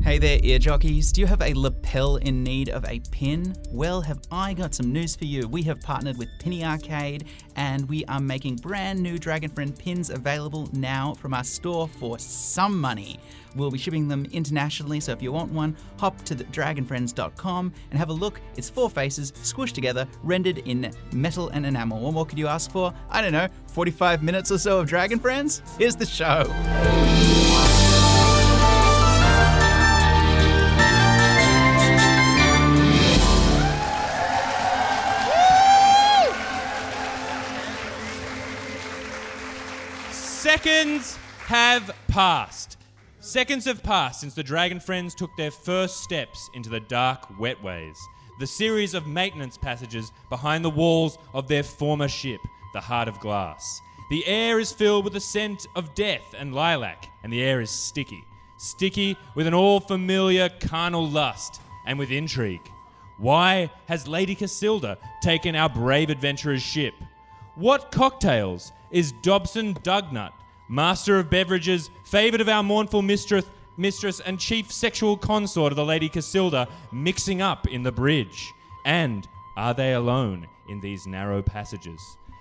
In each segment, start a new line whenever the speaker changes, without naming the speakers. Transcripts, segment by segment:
Hey there, ear jockeys. Do you have a lapel in need of a pin? Well, have I got some news for you. We have partnered with Penny Arcade and we are making brand new Dragon Friend pins available now from our store for some money. We'll be shipping them internationally, so if you want one, hop to the dragonfriends.com and have a look. It's four faces squished together, rendered in metal and enamel. What more could you ask for? I don't know, 45 minutes or so of Dragon Friends? Here's the show.
Seconds have passed. Seconds have passed since the Dragon Friends took their first steps into the dark wetways, the series of maintenance passages behind the walls of their former ship, the Heart of Glass. The air is filled with the scent of death and lilac, and the air is sticky. Sticky with an all familiar carnal lust and with intrigue. Why has Lady Casilda taken our brave adventurer's ship? What cocktails is Dobson Dugnut, master of beverages, favoured of our mournful mistress, mistress and chief sexual consort of the Lady Casilda, mixing up in the bridge? And are they alone in these narrow passages?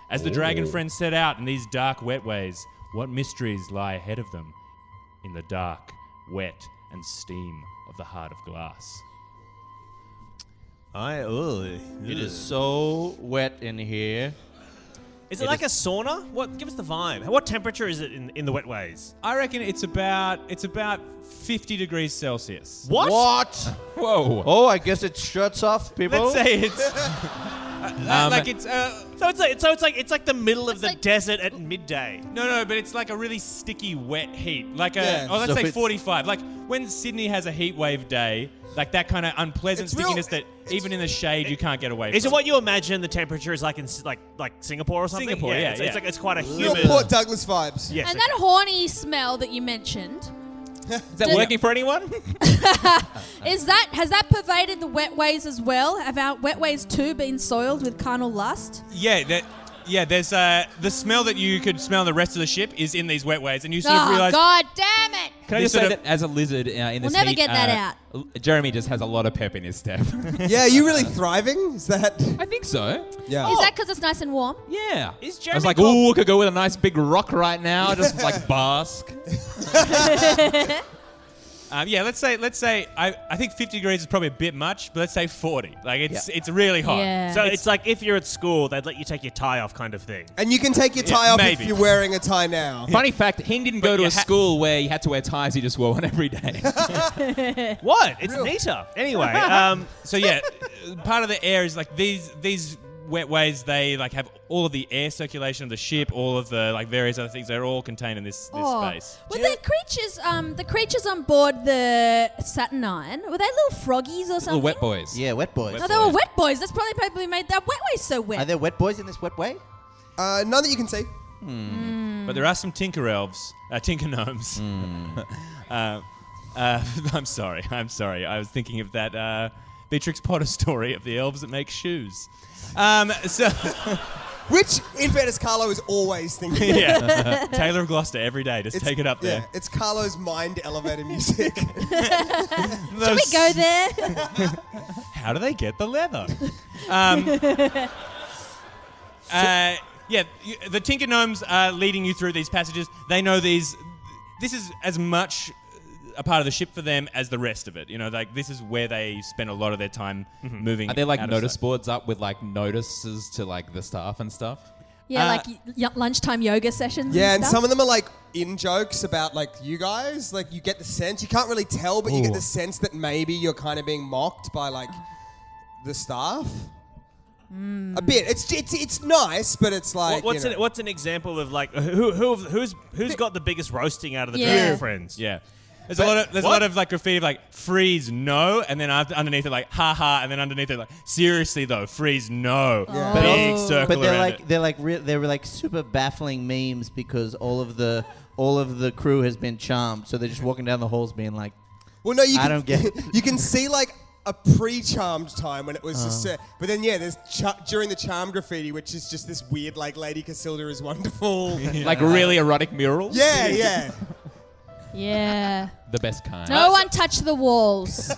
As the dragon friends set out in these dark wetways, what mysteries lie ahead of them in the dark, wet, and steam of the heart of glass?
I ugh.
It is so wet in here.
Is it, like a sauna? What? Give us the vibe. What temperature is it in, in the wet ways?
I reckon it's about it's about 50 degrees Celsius.
What?
Whoa.
Oh, I guess it shuts off, people.
Let's say it's
Um,
like it's uh,
So it's like so it's like it's like the middle of the
like-
desert at midday.
no, no, but it's like a really sticky, wet heat. Like a
Yeah,
oh, let's
so
say
it's-
45. Like when Sydney has a heat wave day, like that kind of unpleasant
It's real-
stickiness that even in the shade you can't get away.
Is it
from.
what you imagine the temperature is like in S- like like Singapore or something?
Singapore, yeah,
it's,
yeah.
it's like it's quite a
Real
humid.
Port Douglas vibes.
Yes,
And that horny smell that you mentioned
Uh-huh. Is that
Does-
working for anyone?
is that has that pervaded the wetways as well? Have our wetways too been soiled with carnal lust?
yeah. That. Yeah, there's uh, the smell that you could smell in the rest of the ship is in these wet waves, and you sort of
oh
realize
God damn it!
Can I
This
just say
sort of-
that as a lizard uh, in
We'll
this
never
heat,
get that out.
uh, l- Jeremy just has a lot of pep in his step.
Yeah, are you really thriving? Is that?
I think so.
Yeah.
Is that because it's nice and warm?
Yeah.
Is
I was
Jeremy
like,
Corbyn-
ooh, I could go with a nice big rock right now, just like bask.
Um, yeah, let's say let's say I, I think 50 degrees is probably a bit much, but let's say 40. Like it's it's really hot.
Yeah.
so it's, like if you're at school, they'd let you take your tie off, kind of thing.
And you can take your
Yeah,
tie off
maybe.
if you're wearing a tie now.
Funny fact, Hing didn't
But
go to
you
a
ha-
school where he had to wear ties, he just wore one every day.
What? It's neater. Anyway, um,
So yeah, part of the air is like these these wet ways. They like have all of the air circulation of the ship, all of the like various other things. They're all contained in this this
Oh.
space.
Were the creatures, um, the creatures on board the Saturnine, were they little froggies or
Little
something?
wet boys.
Yeah, wet boys.
No, they were wet boys. That's probably probably made that wet way so wet.
Are there wet boys in this wet way?
Uh, none that you can see.
Hmm.
But there are some tinker elves, uh, tinker gnomes.
Hmm.
uh, uh, I'm sorry, I'm sorry. I was thinking of that uh, Beatrix Potter story of the elves that make shoes. Um, so
Which, in fairness, Carlo is always thinking.
yeah, Taylor of Gloucester every day. Just
It's-
take it up
yeah,
there.
It's Carlo's mind elevator music.
Should we go there?
How do they get the leather? um, uh, yeah, you, the Tinker Gnomes are leading you through these passages. They know these. This is as much a part of the ship for them as the rest of it. You know, like this is where they spend a lot of their time moving.
Are there like
out of
notice
sight.
boards up with like notices to like the staff and stuff?
yeah,
Uh,
like y- lunchtime yoga sessions.
yeah,
and,
and
stuff.
some of them are like in jokes about like you guys. Like you get the sense you can't really tell, but you get the sense that maybe you're kind of being mocked by like the staff.
Hmm.
A bit. It's it's it's nice, but it's like
What, what's
you know,
an what's an example of like who who who's who's got the biggest roasting out of the
Yeah.
Dragon friends?
Yeah. There's a lot of there's a lot of like graffiti of, like freeze no and then after, underneath it like ha ha and then underneath it like seriously though freeze no
Yeah.
big
But
also-
circle
But they're
around
like
it.
they're like re- they're like super baffling memes because all of the all of the crew has been charmed, so they're just walking down the halls being like,
Well, no, you
I
can,
don't get it.
you can see like a pre-charmed time when it was just, uh, but then yeah, there's cha- during the charm graffiti, which is just this weird like Lady Casilda is wonderful. yeah,
Like really erotic murals.
yeah.
Yeah.
The best kind.
No one touch the walls.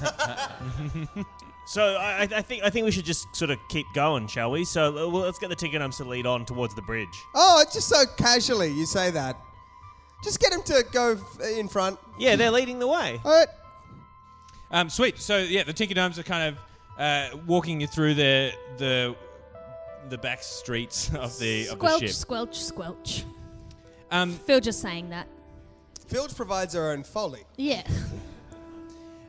So I, I I think I think we should just sort of keep going, shall we? So uh, well, let's get the ticket umps to lead on towards the bridge.
Oh, it's just so casually you say that. Just get him to go f- in front.
Yeah, they're leading the way.
All right.
um, sweet so yeah the Tinker Domes are kind of uh, walking you through the the the back streets of the of the
squelch,
ship
squelch, squelch.
um,
Phil just saying that.
Filge provides her own folly.
Yeah.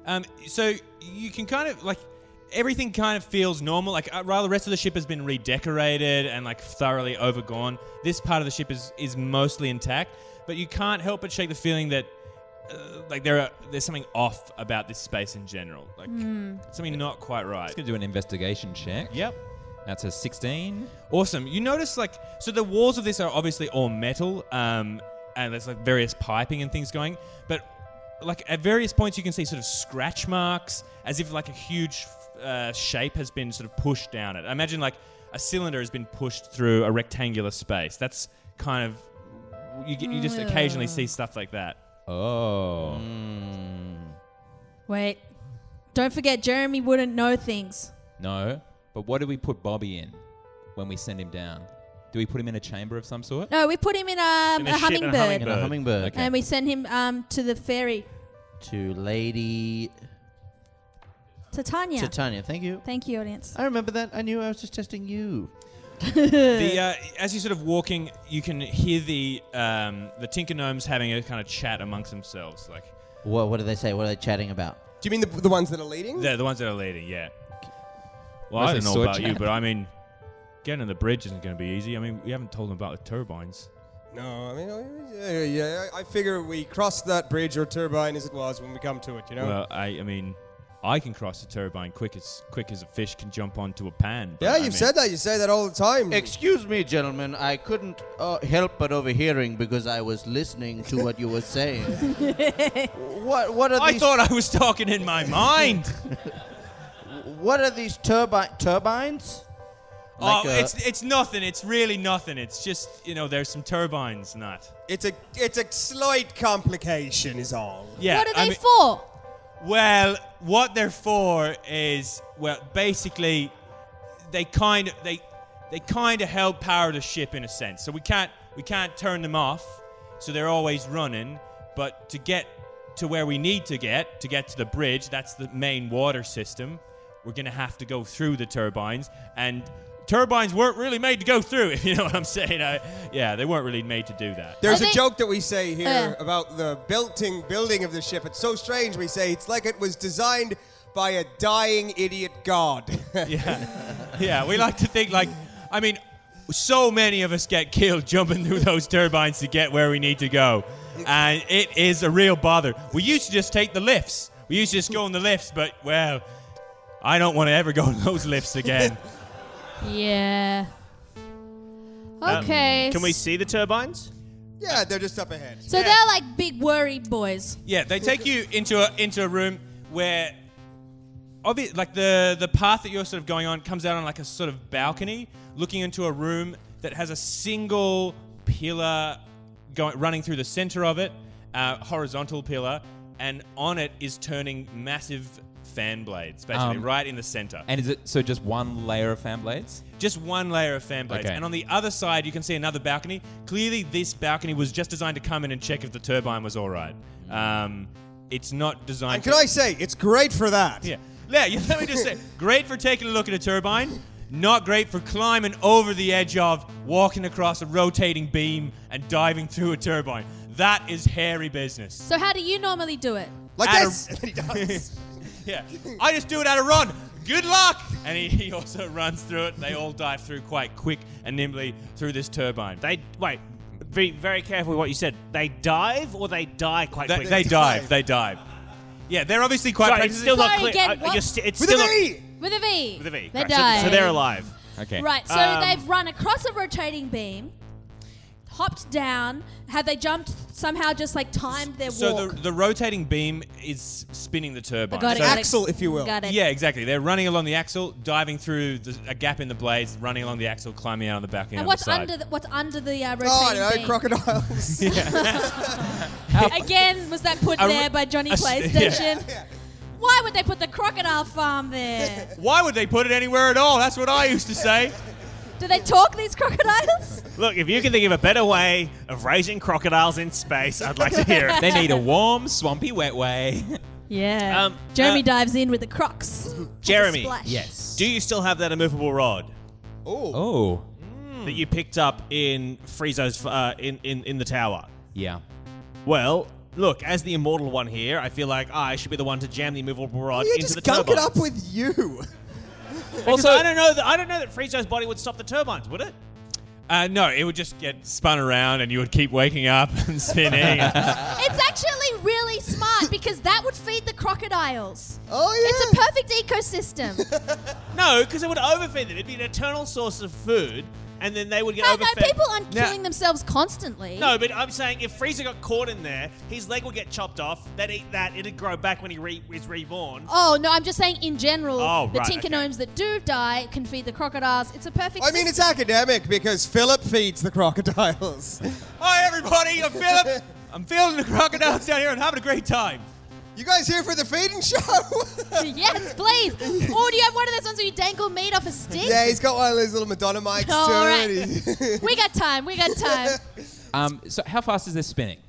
Um, so you can kind of like everything kind of feels normal. Like uh, while the rest of the ship has been redecorated and like thoroughly overgone, this part of the ship is is mostly intact. But you can't help but shake the feeling that uh, like there are there's something off about this space in general. Like
Hmm.
something not quite right.
Just gonna do an investigation check.
Yep.
That's a 16.
Awesome. You notice like so the walls of this are obviously all metal, um, and there's like various piping and things going, but like at various points you can see sort of scratch marks as if like a huge uh, shape has been sort of pushed down it. Imagine like a cylinder has been pushed through a rectangular space. That's kind of you get, you just occasionally see stuff like that.
Oh.
Wait. Don't forget, Jeremy wouldn't know things.
No. But what do we put Bobby in when we send him down? Do we put him in a chamber of some sort?
No, we put him in, um,
In
a,
a ship and a
hummingbird,
"In a
Bird.
hummingbird
Okay.
and we send him um, to the ferry
to Lady
to Tanya.
Titania." Thank you.
Thank you, audience.
I remember that. I knew I was just testing you.
the uh, as you're sort of walking, you can hear the um, the Tinker Gnomes having a kind of chat amongst themselves, like
What? What do they say? What are they chatting about?
Do you mean the, the ones that are leading?
They're the ones that are leading, yeah. Well, I
Mostly
don't know
sword
about you,
chat.
but I mean, getting on the bridge isn't going to be easy. I mean, we haven't told them about the turbines.
No, I mean, uh, yeah, yeah. I I figure we cross that bridge or turbine as it was when we come to it. You know.
Well, I, I mean, I can cross the turbine quick as quick as a fish can jump onto a pan. but
yeah,
I
you've
mean-
said that. You say that all the time.
Excuse me, gentlemen. I couldn't uh, help but overhearing because I was listening to what you were saying. what? What are
I
these?
thought I was talking in my mind.
what are these turbi- turbines?
uh,
oh,
Like uh, a-
it's it's nothing. It's really nothing. It's just you know there's some turbines, not.
it's a it's a slight complication, is all.
Yeah.
what are they
I mean-
for?
Well, what they're for is well, basically, they kind of they they kind of held power the ship in a sense. So we can't we can't turn them off. So they're always running. But to get to where we need to get to get to the bridge, that's the main water system. We're gonna have to go through the turbines and. Turbines weren't really made to go through, if you know what I'm saying. I, yeah, they weren't really made to do that.
There's
I
a
think-
joke that we say here
Uh.
about the building building of the ship. It's so strange. We say it's like it was designed by a dying idiot god.
Yeah, we like to think like, I mean, so many of us get killed jumping through those turbines to get where we need to go, and it is a real bother. We used to just take the lifts. We used to just go on the lifts, but well, I don't want to ever go on those lifts again.
Yeah. Okay.
Um, Can we see the turbines?
yeah, they're just up ahead.
So they're like big worried boys.
yeah, they take you into a into a room where. Obvi- like the the path that you're sort of going on comes out on like a sort of balcony, looking into a room that has a single pillar going running through the center of it, uh, horizontal pillar, and on it is turning massive fan blades, basically
Um,
right in the center.
And is it so just one layer of fan blades?
Just one layer of fan blades.
Okay.
And on the other side, you can see another balcony. Clearly, this balcony was just designed to come in and check if the turbine was all right.
Mm.
Um, it's not designed.
And
to-
can I say it's great for that?
yeah. Yeah, you- let me just say, great for taking a look at a turbine, not great for climbing over the edge of, walking across a rotating beam, and diving through a turbine. That is hairy business.
So how do you normally do it?
Like
At a-
this. And he does.
Yeah. I just do it at a run. good luck! And he, he also runs through it. They all dive through quite quick and nimbly through this turbine. They,
They wait. Be very careful with what you said. They dive or they die quite
they,
quickly.
dive, they dive. Yeah, they're obviously quite
Sorry,
practicing.
it's still not
Sorry,
clear.
again,
I-
what?
you're sti- it's
With a
still
V!
With a V.
With a V.
They
correct. So-
died.
So, they're alive.
Okay.
Right, so
Um,
they've run across a rotating beam, hopped down. Had they jumped, somehow just like timed their
so
walk.
the, the rotating beam is spinning the turbine.
got it,
So-
got it.
Axle, if you will.
Got it.
Yeah, exactly. They're running along the axle, diving through the, a gap in the blades, running along the axle, climbing out on the back end.
And what's
the side.
under the, what's under the uh, rotating
Oh, I don't
beam?
know, crocodiles.
Again, was that put
A re-
there by Johnny
a s-
PlayStation? Why would they put the crocodile farm there?
Why would they put it anywhere at all? That's what I used to say.
Do they talk these crocodiles?
Look, if you can think of a better way of raising crocodiles in space, I'd like to hear it.
They need a warm, swampy, wet way.
Yeah.
Um,
Jeremy
uh,
dives in with the crocs. Has a
Jeremy.
splash.
Do you still have that immovable rod
oh,
Oh.
that you picked up in Friezo's uh, in, in in the tower?
Yeah.
Well, look, as the immortal one here, I feel like I should be the one to jam the immovable rod
you
into the
just gunk
turbines.
it up with you.
also, I don't know that I don't know that Friezo's body would stop the turbines, would it?
Uh, no, it would just get spun around and you would keep waking up and spinning.
It's actually really smart because that would feed the crocodiles.
Oh, yeah.
It's a perfect ecosystem.
No, because it would overfeed them. It'd be an eternal source of food, and then they would get
no, no,
overfed.
people aren't
Now-
killing themselves constantly.
No, but I'm saying if Frieza got caught in there, his leg would get chopped off. They'd eat that. It'd grow back when he re- is reborn.
Oh no! I'm just saying in general,
Oh,
the
right,
tinker
okay.
gnomes that do die can feed the crocodiles. It's a perfect.
I mean, it's
system.
academic because Philip feeds the crocodiles.
Hi, everybody. I'm Philip. I'm feeling the crocodiles down here and having a great time.
You guys here for the feeding show?
yes, please. or do you have one of those ones where you dangle meat off a stick?
yeah, he's got one of those little Madonna mics
Oh,
too.
all
and
right.
he-
We got time. We got time.
Um, so how fast is this spinning?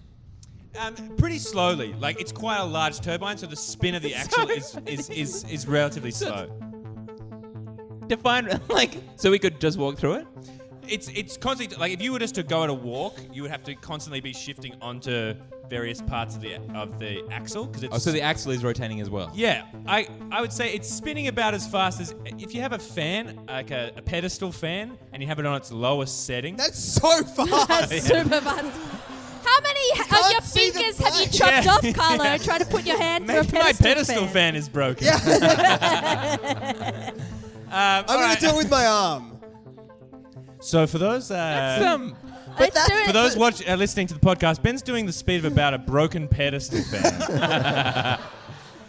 Um, pretty slowly. Like, it's quite a large turbine, so the spin of the axle is, is, is, is relatively slow.
Define like so we could just walk through it.
It's, it's constantly, like, if you were just to go at a walk, you would have to constantly be shifting onto various parts of the, of the axle. Cause it's
Oh, so the axle is rotating as well.
Yeah, I, I would say it's spinning about as fast as if you have a fan, like a, a pedestal fan, and you have it on its lowest setting.
That's so fast.
That's super fast. How many h- of
Can't
your
see the
fingers have you
black.
chopped
Yeah.
off, Carlo? Trying to put your hand through a
Maybe
pedestal,
my pedestal
fan.
fan is broken.
Yeah.
Um,
I'm
all
going
right.
to do it with my arm.
So for those uh,
Um,
Let's do it.
for those watch, uh, listening to the podcast, Ben's doing the speed of about a broken pedestal fan.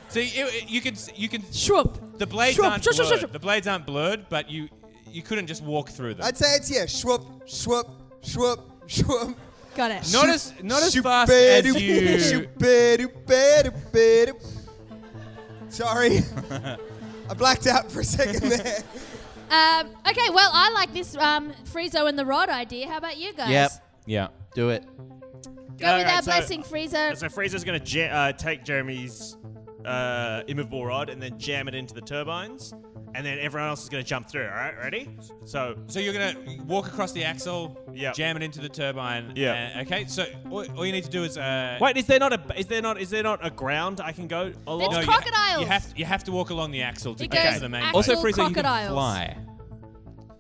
so you, you can you can
Shroop.
the blades
Shroop,
aren't
shroop, shroop,
blurred.
shroop.
The blades aren't blurred, but you you couldn't just walk through them.
I'd say it's, yeah, shwup, shwup, shwup, shwup.
Got it.
not as not as
Shoop
fast as
ba-doop,
you.
shoop ba-doop, ba-doop, ba-doop. Sorry. I blacked out for a second there.
Um, okay, well, I like this um, Friezo and the rod idea. How about you guys?
Yep.
yeah.
Do it.
Go with our blessing, Friezo.
So Frieza's going to ja- uh, take Jeremy's uh, immovable rod and then jam it into the turbines, and then everyone else is going to jump through. All right, ready? So
So you're gonna walk across the axle,
Yeah.
jam it into the turbine.
Yeah.
uh, okay. So all, all you need to do is uh,
wait, is there not a is there not is there not a ground I can go along?
It's
you-
crocodiles.
You, have to, you have to walk along the axle to
It
get
goes
to the main.
axle-
blade.
Also,
Little
Frieza, you can
crocodiles.
fly.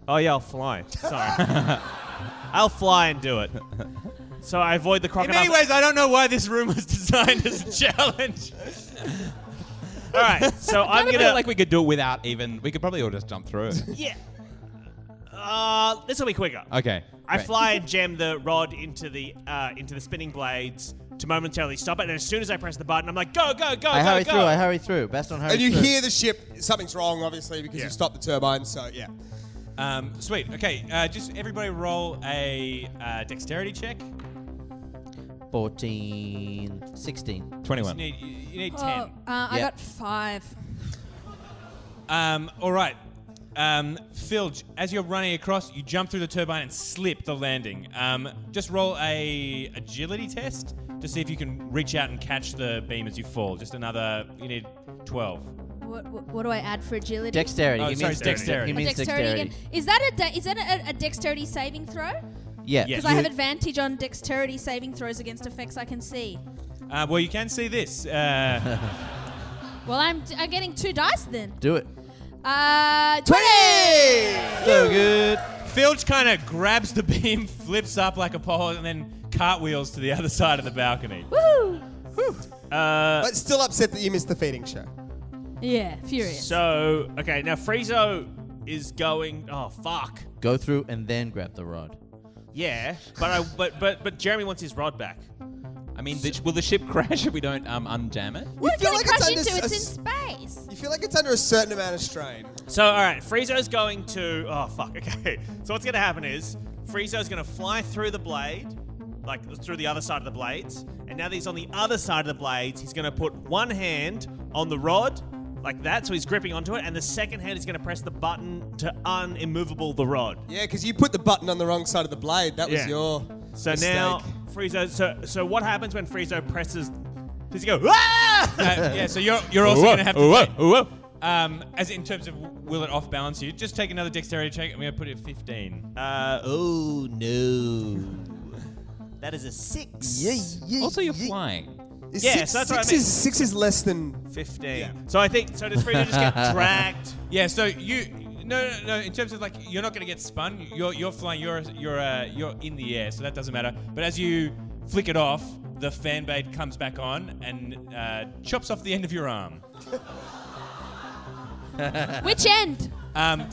oh yeah, I'll fly. Sorry, I'll fly and do it. So I avoid the
in
crocodile.
many ways, I don't know why this room was designed as a challenge.
All right, so I'm
I
gonna
feel like we could do it without even. We could probably all just jump through. it.
yeah. Uh, this will be quicker.
Okay.
I
great.
fly and jam the rod into the uh, into the spinning blades to momentarily stop it, and as soon as I press the button, I'm like, go, go, go,
I
go,
hurry
go.
through. I hurry through. Best on hurry
And you
through.
hear the ship. Something's wrong, obviously, because
Yeah.
you stopped the turbine. So yeah.
Um, sweet. Okay, uh, just everybody roll a uh, dexterity check.
14, 16.
You
21.
need, you need
Oh, uh,
ten.
I
Yeah.
got five.
Um, all right. Um, Filge, as you're running across, you jump through the turbine and slip the landing. Um, just roll a agility test to see if you can reach out and catch the beam as you fall. Just another. You need twelve.
What, what, what do I add for agility?
Dexterity.
Oh,
he
sorry,
means He
dexterity.
A
means
dexterity,
dexterity.
again. Is that a de- is that a, a dexterity saving throw?
Yeah.
Yeah.
Because I have advantage on dexterity saving throws against effects I can see.
Uh, well, you can see this. Uh,
Well, I'm, d- I'm getting two dice then.
Do it.
Uh, 20!
So good.
Filch kind of grabs the beam, flips up like a pole, and then cartwheels to the other side of the balcony.
Woohoo!
Uh,
But still upset that you missed the feeding show.
Yeah, furious.
So, okay, now Friezo is going. Oh fuck.
Go through and then grab the rod.
Yeah, but I but but but Jeremy wants his rod back.
I mean, the, will the ship crash if we don't um, unjam it?
You
What's it gonna crash into? It's
s- a s-
in space.
You feel like it's under a certain amount of strain.
So, all right, Friezo's going to. Oh fuck. Okay. So what's gonna happen is Friezo's gonna fly through the blade, like through the other side of the blades, and now that he's on the other side of the blades, he's gonna put one hand on the rod. Like that, so he's gripping onto it, and the second hand is going to press the button to unimmovable the rod.
Yeah, because you put the button on the wrong side of the blade. That was
Yeah.
your.
So
mistake.
now Friezo. So so what happens when Friezo presses? Does he go? Ah!
Uh, yeah, so you're, you're also going to have to. take- Um, as in terms of will it off balance you, just take another dexterity check. I'm going to put it at 15.
Uh,
Oh no.
that is a six.
Also, you're flying.
Is
Yeah,
six,
so that's
six
what I mean.
is six is less than.
Fifteen.
Yeah.
So I think so. Does Friezo just get dragged?
Yeah, so you. No, no, no. In terms of like, you're not going to get spun. You're, you're flying. You're, you're, uh, you're in the air, so that doesn't matter. But as you flick it off, the fan blade comes back on and uh, chops off the end of your arm.
Which end?
Um,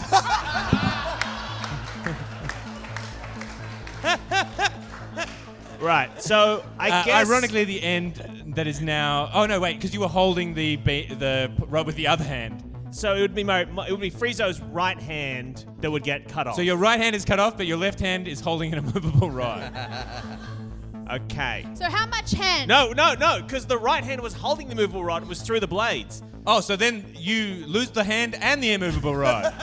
Right. So I
Uh,
guess.
Ironically, the end that is now. Oh no, wait, because you were holding the ba- the p- rod with the other hand,
So it would be my, my- It would be Friezo's right hand that would get cut off.
so your right hand is cut off, but your left hand is holding an immovable rod.
Okay.
So how much hand?
No, no, no, because the right hand was holding the movable rod, it was through the blades.
oh, so then you lose the hand and the immovable rod,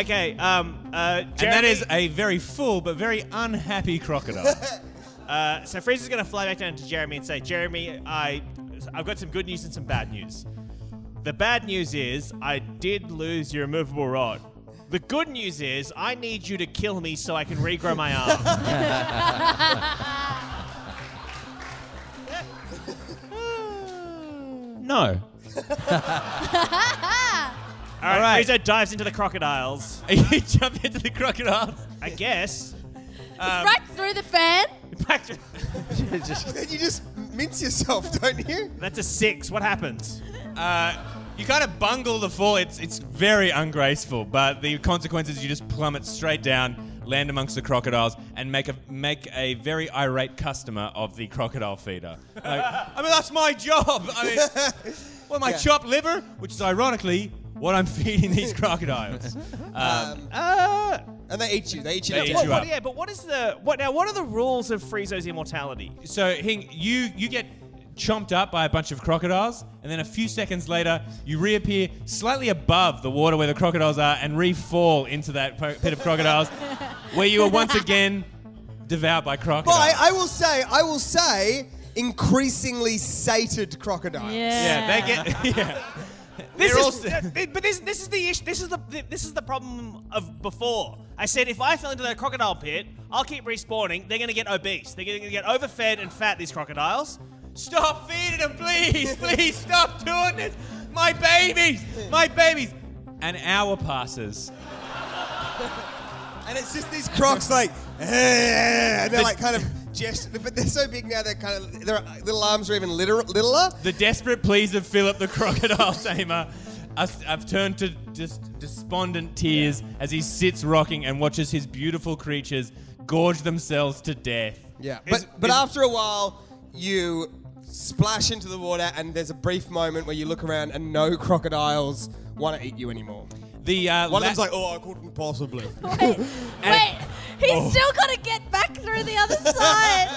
Okay, um, uh, Jeremy,
and that is a very full but very unhappy crocodile.
Uh, so Frieza's gonna fly back down to Jeremy and say, Jeremy, I, I've got some good news and some bad news. The bad news is I did lose your immovable rod. The good news is I need you to kill me so I can regrow my arm.
No.
All right,
right.
Frieza dives into the crocodiles.
you jump into the crocodile.
I guess.
right through the fan.
Back to-
Then you just mince yourself, don't you?
That's a six. What happens?
Uh, You kind of bungle the fall. It's it's very ungraceful, but the consequence is you just plummet straight down, land amongst the crocodiles, and make a make a very irate customer of the crocodile feeder. Like, I mean, that's my job. I mean, well, my chopped liver, which is ironically what I'm feeding these crocodiles.
And they eat you. They eat you.
They
up.
eat
What-
you
what-
up.
yeah, but what is the what now? What are the rules of Friezo's immortality?
So, Hing, you you get chomped up by a bunch of crocodiles, and then a few seconds later, you reappear slightly above the water where the crocodiles are, and re-fall into that po- pit of crocodiles, where you are once again devoured by
But
crocodiles.
I, I will say, I will say, increasingly sated crocodiles.
yeah, they get yeah.
This
They're
is,
also-
uh, but this this is the issue. This is the this is the problem of before. I said if I fell into that crocodile pit, I'll keep respawning. They're gonna get obese. They're gonna get overfed and fat. These crocodiles.
Stop feeding them, please, please stop doing this. My babies, my babies. An hour passes.
And it's just these crocs like, "Eh," and they're like kind of gesture, but they're so big now they're kind of their little arms are even litter, littler.
The desperate pleas of Philip the crocodile tamer are- have turned to dis- despondent tears as he sits rocking and watches his beautiful creatures gorge themselves to death.
Yeah, but
Is-
but
is-
after a while, you splash into the water, and there's a brief moment where you look around and no crocodiles want to eat you anymore.
The
One
uh, la-
of them's like, "Oh, I couldn't possibly."
Wait, wait. He's still got to get back through the other side.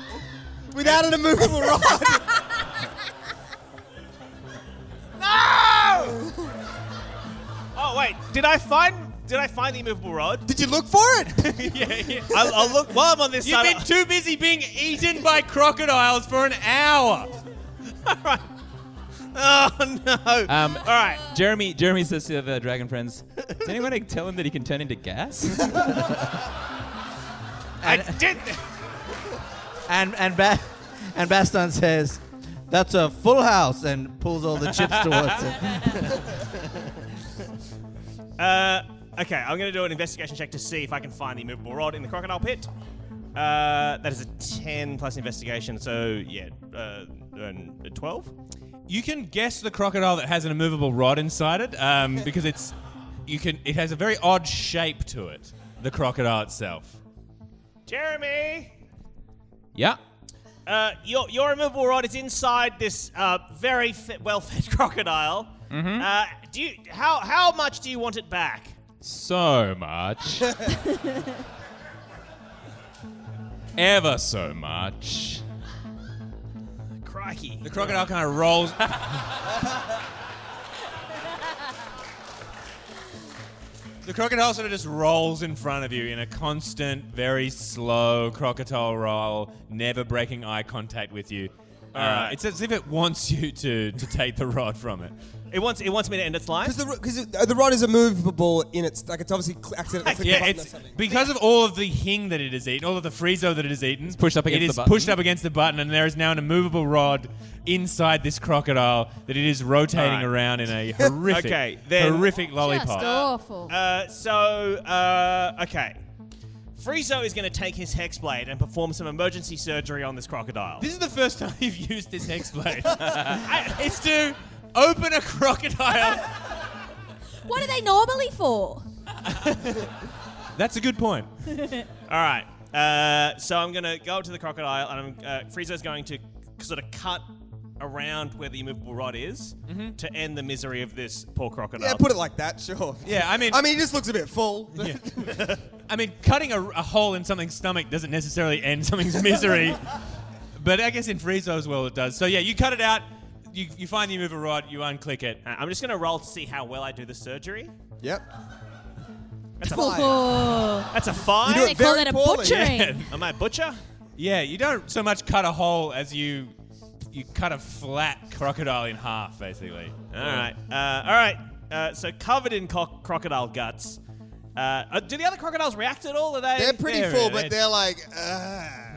Without an immovable rod.
Oh wait, did I find did I find the immovable rod?
Did you look for it?
yeah, yeah.
I'll, I'll look while I'm on this
You've
side.
been too busy being eaten by crocodiles for an hour.
oh no.
Um,
All right.
Jeremy Jeremy says to the dragon friends, "Does anyone tell him that he can turn into gas?"
I did.
And and ba- and Baston says, That's a full house and pulls all the chips towards it.
Uh, okay, I'm going to do an investigation check to see if I can find the movable rod in the crocodile pit. Uh, that is a 10 plus investigation, so yeah, uh, and a 12.
You can guess the crocodile that has an immovable rod inside it um, because it's you can it has a very odd shape to it. The crocodile itself.
Jeremy!
Yeah.
Uh, your, your immovable rod is inside this uh, very fit, well-fed crocodile. Uh, do you, how, how much do you want it back?
So much. Ever so much.
Crikey.
The crocodile kind of rolls. the crocodile sort of just rolls in front of you in a constant, very slow crocodile roll, never breaking eye contact with you. Uh,
Alright.
It's as if it wants you to, to take the rod from it.
It wants, it wants me to end its life?
Because the, because it- uh, the rod is immovable in its like it's obviously cl- accidentally clicked
yeah,
the button or
it's
something.
because of all of the hing that it has eaten, all of the friezo that it has eaten. It's
pushed up against
It
the
is
button.
pushed up against the button, and there is now an immovable rod inside this crocodile that it is rotating
Alright.
around in a horrific,
Okay, then-
horrific
Just
lollipop.
awful.
Uh, so, uh, okay. Friezo is going to take his hex blade and perform some emergency surgery on this crocodile.
This is the first time you've used this hex blade. I- it's to open a crocodile.
what are they normally for?
That's a good point.
All right. Uh, so I'm going to go up to the crocodile, and I'm, uh, Friezo's going to sort of cut around where the immovable rod is to end the misery of this poor crocodile.
yeah, put it like that. Sure.
Yeah, I mean,
I mean, he just looks a bit full.
I mean, cutting a, a hole in something's stomach doesn't necessarily end something's misery, but I guess in Friezo's world it does. So yeah, you cut it out. You, you find the immovable rod, you unclick it.
Uh, I'm just going to roll to see how well I do the surgery.
yep.
That's a
Fine.
Oh,
That's a
You
five.
do
they
it
call
very
it a
poorly.
butchering.
Am I a butcher?
Yeah, you don't so much cut a hole as you you cut a flat crocodile in half, basically.
All right. Uh, all right. Uh, so covered in co- crocodile guts. Uh, uh, do the other crocodiles react at all? Are they?
They're pretty
There it
full,
is.
but they're like, ah,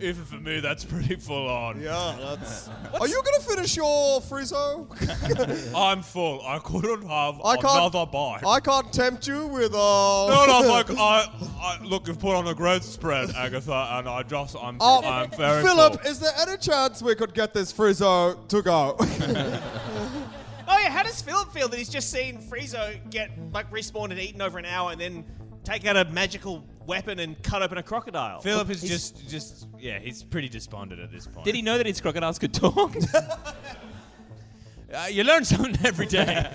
Even for me, that's pretty full on.
yeah, that's. Are you gonna finish your Friezo?
I'm full. I couldn't have
I can't.
another bite.
I can't tempt you with uh.
No, no, like I, I look, you've put on a great spread, Agatha, and I just, I'm,
Oh,
I'm very
Philip,
full.
is there any chance we could get this Friezo to go?
Oh yeah. How does Philip feel that he's just seen Friezo get like respawned and eaten over an hour, and then take out a magical weapon and cut open a crocodile?
Philip is just, just, yeah, he's pretty despondent at this point.
Did he know that his crocodiles could talk?
Uh, you learn something every day.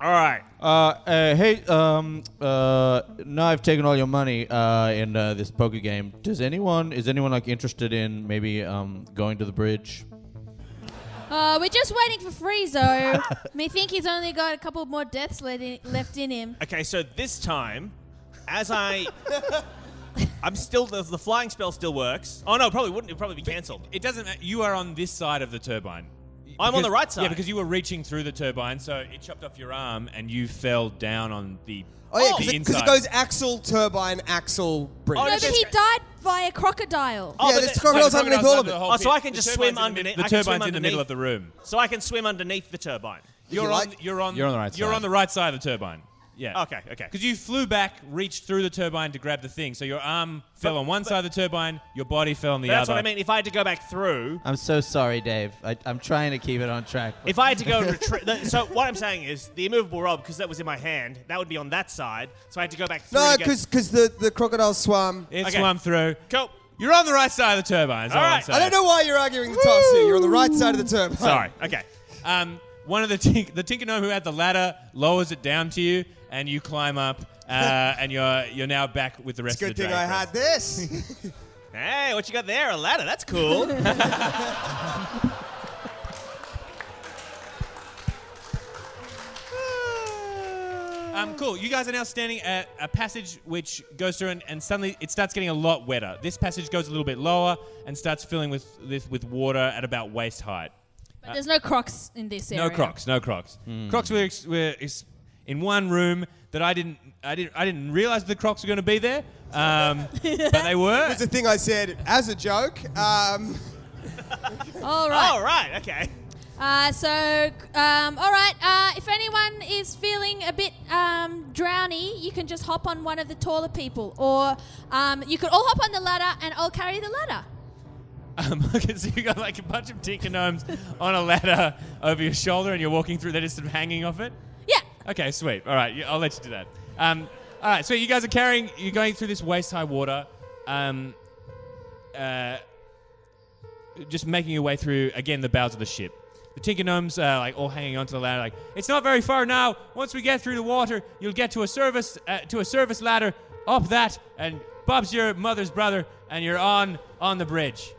all right.
Uh, uh, hey, um, uh, now I've taken all your money uh, in uh, this poker game. Does anyone is anyone like interested in maybe um, going to the bridge?
Uh, we're just waiting for Friezo. Me think he's only got a couple more deaths let in, left in him.
Okay. So this time, as I, I'm still the, the flying spell still works. Oh no, it probably wouldn't. It would probably be cancelled.
It doesn't. ma- You are on this side of the turbine.
I'm on the right side.
Yeah, because you were reaching through the turbine, so it chopped off your arm, and you fell down on the.
oh yeah,
the
because it,
inside.
goes axle turbine axle bridge.
Oh,
No, but
just-
he died via crocodile.
Oh,
yeah,
but
there's
the-
crocodiles
So the
underneath all
crocodile's under
of
the
it.
whole
Oh, so
pit.
I can
The
just
turbine's
swim
in the mid-
underneath- I
The
can swim
turbine's in the middle
underneath.
of the room.
So I can swim underneath the turbine.
You're
you
on.
like.
You're on.
You're on the right
You're
side.
on the right side of the turbine. Yeah.
Okay. Okay.
Because you flew back, reached through the turbine to grab the thing, so your arm fell on one side of the turbine, your body fell on the
That's
other.
what I mean. If I had to go back through,
I'm so sorry, Dave. I, I'm trying to keep it on track.
if I had to go retreat. so what I'm saying is the immovable rod, because that was in my hand, that would be on that side. So I had to go back through.
No,
to get-
because the, the crocodile swam.
It
Okay.
swam through.
Cool.
You're on the right side of the turbine. is all
All
I'm
right.
I
saying.
don't know why you're arguing the toss here. You're on the right side of the turbine.
Sorry. Okay.
Um, one of the tink- the Tinker Gnome who had the ladder lowers it down to you, and you climb up, uh, and you're you're now back with the rest
Good
of the
thing I
dragon
had
friends.
this.
Hey, what you got there? A ladder. That's cool.
Um, cool. You guys are now standing at a passage which goes through, and, and suddenly it starts getting a lot wetter. This passage goes a little bit lower and starts filling with this with water at about waist height.
But there's no crocs in this area.
No Crocs, no Crocs.
Hmm.
Crocs were, ex- were ex- in one room that I didn't I didn't I didn't realize the Crocs were going to be there, um, but they were.
It's a thing I said as a joke. Um,
All right.
Oh, right, okay.
Uh, so, um, all right. Uh, if anyone is feeling a bit um, drowny, you can just hop on one of the taller people, or um, you could all hop on the ladder, and I'll carry the ladder.
Um, okay, so you got like a bunch of tinker gnomes on a ladder over your shoulder, and you're walking through. They're just sort of hanging off it.
Yeah.
Okay, sweet. All right, yeah, I'll let you do that. Um, all right, so you guys are carrying. You're going through this waist-high water. Um, uh, just making your way through again the bowels of the ship. The Tinker Gnomes are like all hanging onto the ladder, like it's not very far now. Once we get through the water, you'll get to a service uh, to a service ladder up that, and Bob's your mother's brother, and you're on on the bridge.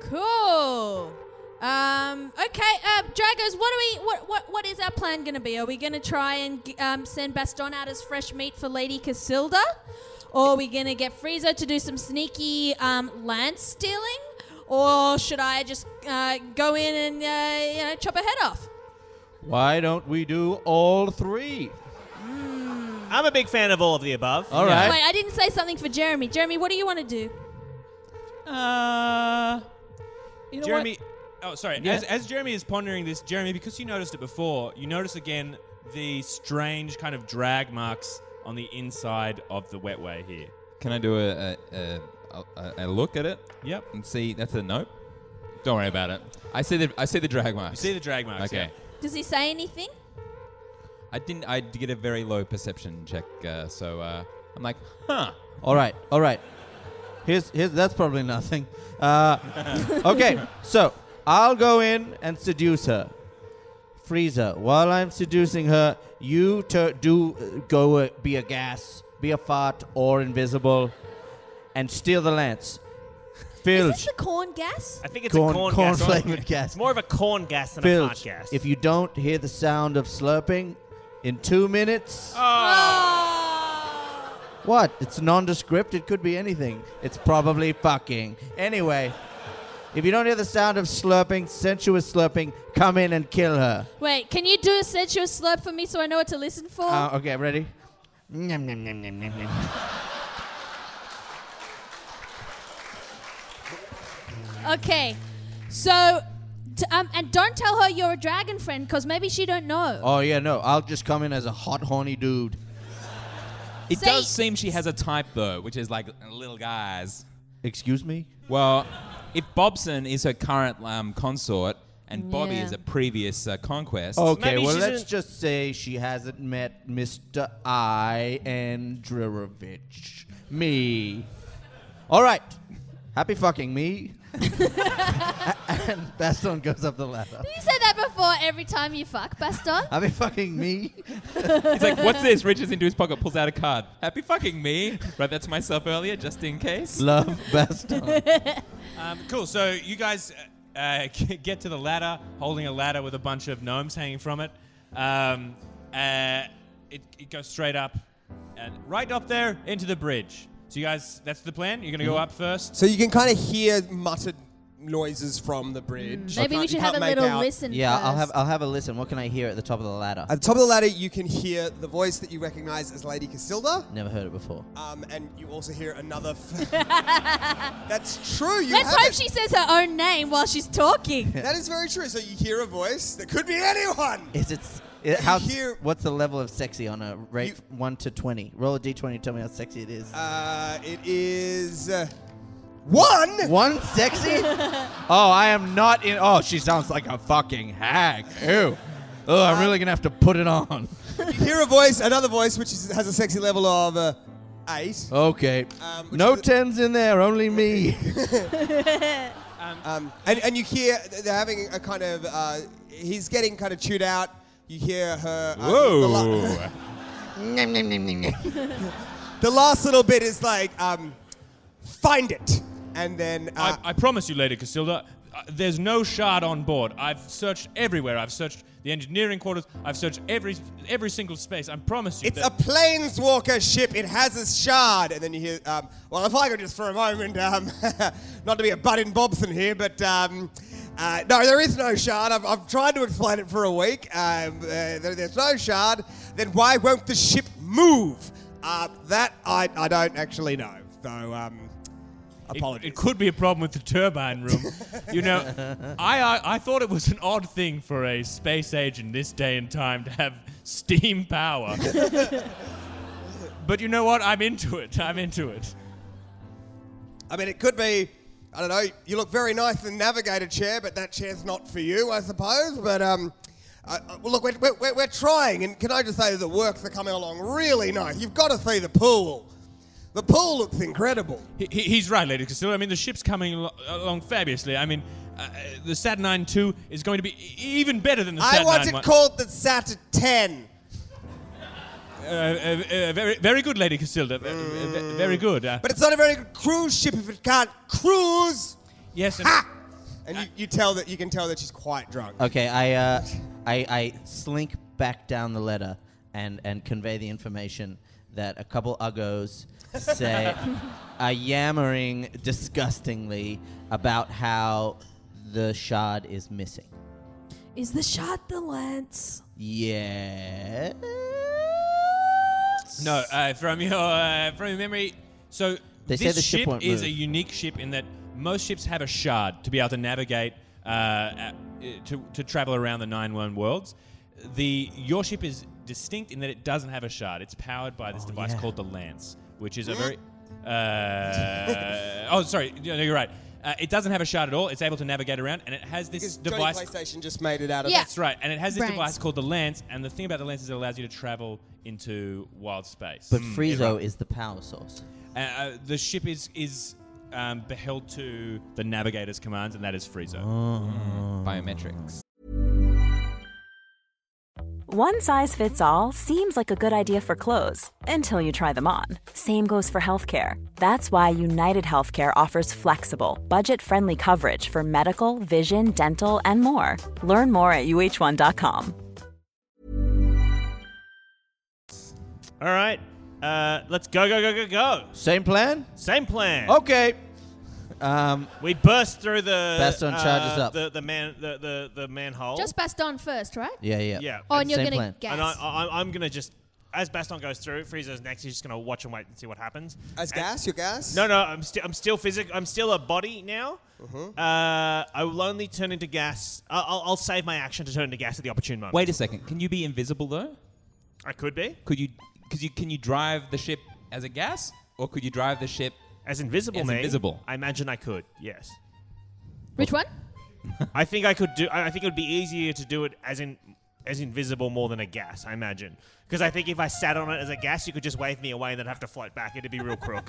Cool. Um, okay, uh, Dragos, what are we? What, what what is our plan gonna be? Are we gonna try and g- um, send Baston out as fresh meat for Lady Casilda, or are we gonna get Frieza to do some sneaky um, land stealing, or should I just uh, go in and uh, you know chop a head off?
Why don't we do all three?
I'm a big fan of all of the above.
All right.
Wait, I didn't say something for Jeremy. Jeremy, what do you want to do?
Uh,
know
Jeremy. Oh, sorry.
Yeah.
As, as Jeremy is pondering this, Jeremy, because you noticed it before, you notice again the strange kind of drag marks on the inside of the wetway here.
Can I do a, a, a, a, a look at it
Yep.
and see? That's a nope. Don't worry about it. I see the I see the drag marks.
You see the drag marks.
okay.
yeah.
Does he say anything?
I didn't. I did get a very low perception check, uh, so uh, I'm like, huh.
All right, all right. Here's, here's that's probably nothing. Uh, okay, so I'll go in and seduce her. Frieza, while I'm seducing her, you to do uh, go uh, be a gas, be a fart, or invisible, and steal the lance.
Is
Phil,
this the corn gas?
I think it's
corn,
a corn,
corn
gas.
flavored gas.
It's more of a corn gas than a fart
Filch,
gas.
if you don't hear the sound of slurping in two minutes, Ah.
Oh.
what? It's nondescript. It could be anything. It's probably fucking. Anyway, if you don't hear the sound of slurping, sensuous slurping, come in and kill her.
Wait, can you do a sensuous slurp for me so I know what to listen
Oh.
for?
Uh, okay, ready?
Nom, nom, nom, nom, nom, nom.
Okay, so t- um, and don't tell her you're a dragon friend because maybe she don't know.
Oh yeah, no. I'll just come in as a hot, horny dude.
It
Say-
does seem she has a type though, which is like little guys.
Excuse me?
Well, if Bobson is her current um, consort and Bobby
Yeah.
is a previous uh, conquest,
Oh.
Okay,
Maybe
well
she's
let's
in-
just say she hasn't met Mr. I Andreevich. Me. All right. Happy fucking me. and Baston goes up the ladder.
Did you say that before? Every time you fuck, Baston.
Happy fucking me.
he's like, "What's this?" Reaches into his pocket, pulls out a card. Happy fucking me. Wrote that to myself earlier, just in case.
Love Baston.
Um, cool. So you guys uh, uh, get to the ladder, holding a ladder with a bunch of gnomes hanging from it. Um, uh, it, it goes straight up, and right up there into the bridge. So you guys, that's the plan. You're gonna
Mm-hmm.
go up first.
So you can kind of hear muttered noises from the bridge.
Maybe
You
we
can't-
should
you
have a
can't make
little
out.
listen.
yeah,
first.
I'll have I'll have a listen. What can I hear at the top of the ladder?
At the top of the ladder, you can hear the voice that you recognize as Lady Casilda.
Never heard it before.
Um, and you also hear another. F- That's true. You
Let's
have
hope
it.
she says her own name while she's talking.
That is very true. So you hear a voice that could be anyone.
Is it, s- it how
hear-
what's the level of sexy on a rate
You-
from 1 to 20? Roll a d20 tell me how sexy it is.
Uh, it is uh, one.
One sexy? oh, I am not in. Oh, she sounds like a fucking hag. Ew. Oh,
Uh,
I'm really gonna have to put it on.
You hear a voice, another voice, which is, has a sexy level of uh, eight.
Okay.
Um, which
no
is-
tens in there, only me.
Um, and, and you hear th- they're having a kind of. Uh, he's getting kind of chewed out. You hear her. uh, The, la-
Whoa!
Nom, nom, nom, nom, nom.
the last little bit is like, um, find it, and then. Uh,
I, I promise you, Lady Casilda, uh, there's no shard on board. I've searched everywhere. I've searched the engineering quarters. I've searched every every single space. I promise you.
it's
that-
a planeswalker ship. It has a shard, and then you hear. Um, well, if I could just for a moment, um, not to be a butt in Bobson here, but um, uh, no, there is no shard. I've, I've tried to explain it for a week. Um, uh, there- there's no shard. Then why won't the ship move? Uh, that I, I don't actually know. So um, Apologies.
It, could be a problem with the turbine room. you know, I, I I thought it was an odd thing for a space age in this day and time to have steam power. but you know what? I'm into it. I'm into it.
I mean, it could be. I don't know. You look very nice in the navigator chair, but that chair's not for you, I suppose. But um, uh, uh, well, look, we're, we're- we're, we're trying, and can I just say that the works are coming along really nice. You've got to see the pool. The pool looks incredible.
He, he- he's right, Lady Castillo. I mean, the ship's coming al- along fabulously. I mean, uh, the Sat 9 2 is going to be e- even better than the
I
Sat
want
9
it called the Sat 10.
Uh, uh, uh, very, very good, Lady Castillo. Ve- ve- Very good. Uh,
Mm. But it's not a very good cruise ship if it can't cruise.
yes, and,
Ha! And you, you tell that you can tell that she's quite drunk.
Okay, I, uh, I, I slink back down the ladder and, and convey the information that a couple uggos say are yammering disgustingly about how the shard is missing.
Is the shard the lance?
Yeah.
no, uh, from, your, uh, from your memory. So,
They
this
say the ship won't
is
move.
a unique ship in that most ships have a shard to be able to navigate, uh, uh, to, to travel around the Nine One worlds. The Your ship is distinct in that it doesn't have a shard. It's powered by this device
Oh, yeah.
called the Lance, which is a
Mm-hmm.
very. Uh, oh, sorry. No, you're right. Uh, it doesn't have a shard at all. It's able to navigate around, and it has
Because
this device.
Johnny PlayStation just made it out of
Yeah.
That's right. And it has this
Brains.
device called the Lance, and the thing about the Lance is it allows you to travel into wild space. Mm.
But Friezo is the power source.
Uh, uh, the ship is is um, beheld to the navigator's commands, and that is Friezo.
Oh.
Biometrics.
One size fits all seems like a good idea for clothes until you try them on. Same goes for healthcare. That's why United Healthcare offers flexible, budget friendly coverage for medical, vision, dental, and more. Learn more at uh1.com.
All right. Uh, let's go, go, go, go, go.
Same plan?
Same plan.
Okay. Um,
We burst through the
Baston
uh,
charges up.
The, the man the, the, the manhole.
Just Baston first, right?
yeah, yeah.
yeah.
Oh, and you're
Same
gonna
plan.
guess.
And I, I, I'm gonna just as Baston goes through, Frieza's next. He's just gonna watch and wait and see what happens.
As
And-
gas, your gas?
No, no. I'm still I'm still physic. I'm still a body now. Uh, I will only turn into gas. I- I'll, I'll save my action to turn into gas at the opportune moment.
Wait a second. Can you be invisible though?
I could be
Could you? Because you can you drive the ship as a gas, or could you drive the ship?
as invisible.
As
me,
invisible.
I imagine I could. Yes.
Which one?
I think I could do. I I think it would be easier to do it as in as invisible more than a gas. I imagine because I think if I sat on it as a gas, you could just wave me away and then I'd have to float back. It'd be real crook.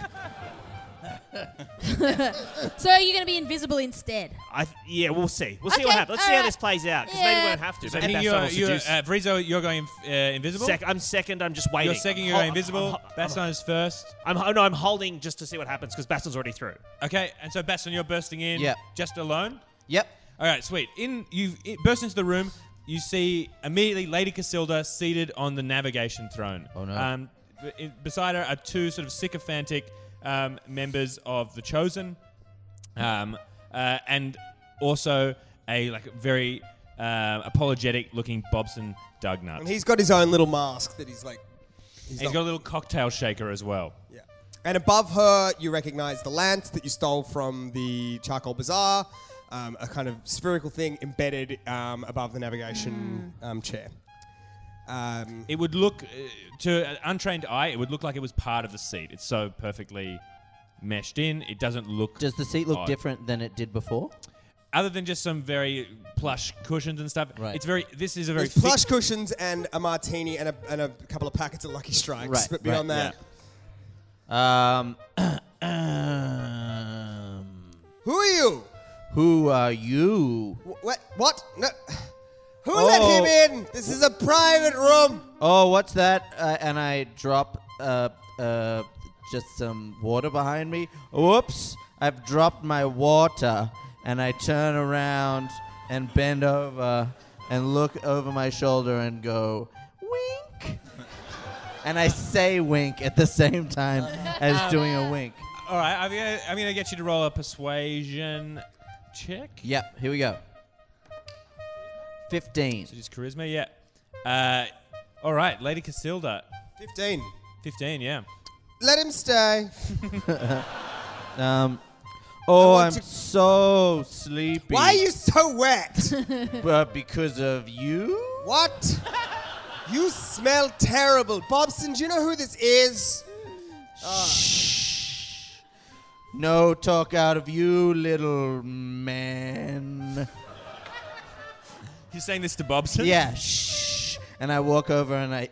So you're gonna be invisible instead.
I th- yeah, we'll see. We'll see what
Okay,
happens. Let's see how
alright.
this plays out because maybe
Yeah.
we won't have to.
I
Maybe
think
that's
you're,
all
you're, uh,
seduced.
Friezo, you're going uh, invisible.
Sec- I'm second. I'm just waiting.
You're second, you're going
I'm hol- I'm
invisible.
hol-
Baston is first.
I'm, ho- no, I'm holding just to see what happens because Baston's already through.
Okay, and so Baston, you're bursting in.
Yeah.
Just alone.
Yep.
All right, sweet. In you burst into the room. You see immediately Lady Casilda seated on the navigation throne.
Oh, no.
Um, b- in- beside her are two sort of sycophantic um, members of the Chosen, um, uh, and also a like very uh, apologetic-looking Bobson Dugnut.
And he's got his own little mask that he's like. He's,
He's
not-
got a little cocktail shaker as well.
Yeah. And above her, you recognize the lance that you stole from the charcoal bazaar, um, a kind of spherical thing embedded um, above the navigation um, chair. Um,
It would look uh, to an untrained eye, it would look like it was part of the seat. It's so perfectly meshed in. It doesn't look
Does the seat look
Odd.
different than it did before?
other than just some very plush cushions and stuff.
Right.
It's very. This is a very
there's
thick-
plush cushions and a martini and a, and a couple of packets of Lucky Strikes.
Right,
but beyond
right,
that,
Um, um,
who are you?
who are you?
Wh- What? What? No. Who let
Oh.
him in? This is a private room.
Oh, what's that? Uh, and I drop uh, uh, just some water behind me. Whoops! I've dropped my water, and I turn around and bend over and look over my shoulder and go wink. and I say wink at the same time as doing a wink.
All right, I'm gonna, I'm gonna get you to roll a persuasion check.
Yep. Here we go. Fifteen.
Which is charisma. Yeah. Uh, all right, Lady Casilda,
Fifteen.
fifteen. Yeah.
Let him stay.
Um, Oh,
want
I'm
to-
so sleepy.
Why are you so wet?
Uh, because of you?
what? You smell terrible. Bobson, do you know who this is?
No talk out of you, little man.
You're saying this to Bobson?
yeah, shh. And I walk over and I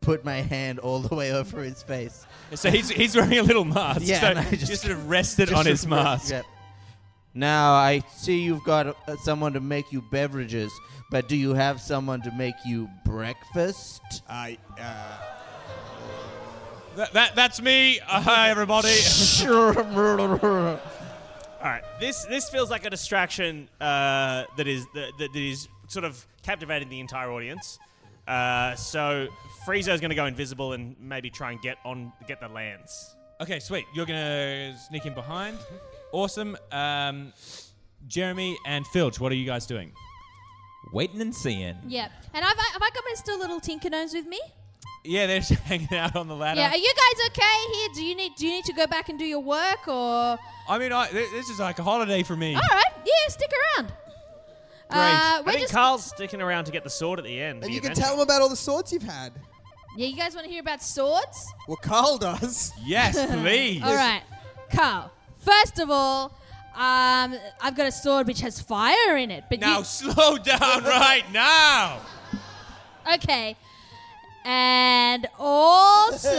put my hand all the way over his face.
So he's, he's wearing a little mask.
Yeah,
so
and I
you
just-
just sort of rested
Just
on his
a-
mask.
Yep. Now I see you've got uh, someone to make you beverages, but do you have someone to make you breakfast?
I. Uh,
That, that, that's me. Uh, hi, everybody.
Um,
All right, this this feels like a distraction uh, that is that, that is sort of captivating the entire audience. Uh, so Friezo's going to go invisible and maybe try and get on get the lands.
okay, sweet. You're going to sneak in behind. Awesome. Um, Jeremy and Filch, what are you guys doing?
Waiting and seeing.
Yeah. And have I, have I got my still little Tinker Gnomes with me?
Yeah, they're just hanging out on the ladder.
Yeah. Are you guys okay here? Do you need Do you need to go back and do your work or?
I mean, I, th- this is like a holiday for me.
All right. Yeah. Stick around. Uh,
I
we're
think
just.
Carl's sticking around to get the sword at the end.
and
the
you can
adventure.
tell him about all the swords you've had.
yeah. You guys want to hear about swords?
Well, Carl does.
Yes, please.
All right, Carl. First of all, um, I've got a sword which has fire in it, but you-
Now slow down right now.
Okay. And also,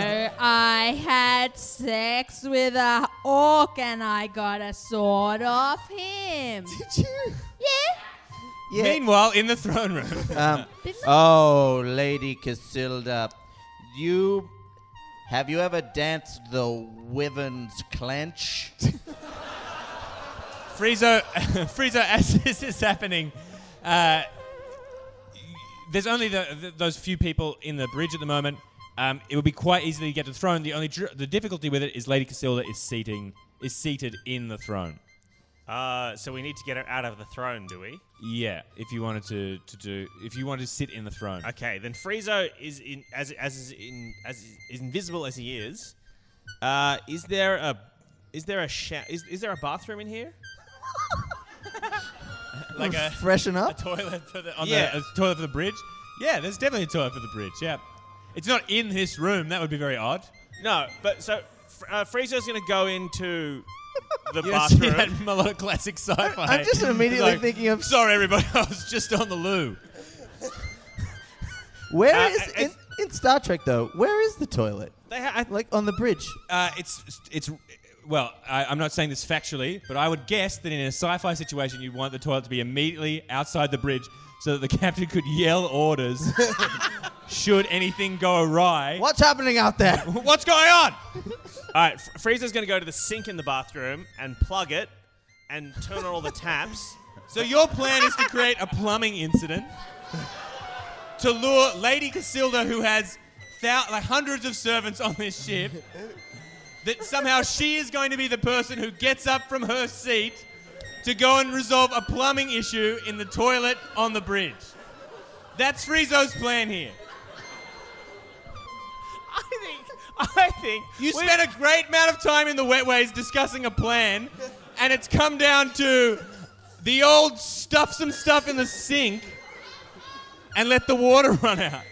I had sex with a orc, and I got a sword off him.
Did you?
Yeah.
Meanwhile, in the throne room.
Um,
Didn't
oh, Lady Casilda, you have you ever danced the Wyvern's clench?
Friezo, Friezo, as this is happening, uh, there's only the, th those few people in the bridge at the moment. Um, it would be quite easy to get to the throne. The only dr- the difficulty with it is Lady Casilda is seating is seated in the throne.
Uh, so we need to get her out of the throne, do we?
Yeah, if you wanted to, to do if you wanted to sit in the throne.
Okay, then Friezo is in as as is in as is invisible as he is. Uh, is there a is there a sha- is is there a bathroom in here?
like a,
Freshen up.
toilet for the on
Yeah.
the a toilet for the bridge. Yeah, there's definitely a toilet for the bridge. Yeah, it's not in this room. That would be very odd.
No, but so Fr- uh, Friezo's gonna go into the
You don't see
bathroom.
that in a lot of classic sci-fi.
I'm just immediately
Like,
thinking of
Sorry, everybody. I was just on the loo.
where
uh,
is
uh,
in, in Star Trek though? Where is the toilet?
They ha- I-
Like on the bridge.
Uh, it's it's well. I, I'm not saying this factually, but I would guess that in a sci-fi situation, you'd want the toilet to be immediately outside the bridge so that the captain could yell orders should anything go awry.
What's happening out there?
What's going on?
all right, Fr- Friezo's gonna go to the sink in the bathroom and plug it and turn on all the taps.
So your plan is to create a plumbing incident to lure Lady Casilda, who has thou- like hundreds of servants on this ship, that somehow she is going to be the person who gets up from her seat to go and resolve a plumbing issue in the toilet on the bridge. That's Friezo's plan here.
I think I think
You spent a great amount of time in the wetways discussing a plan, and it's come down to the old stuff some stuff in the sink and let the water run out.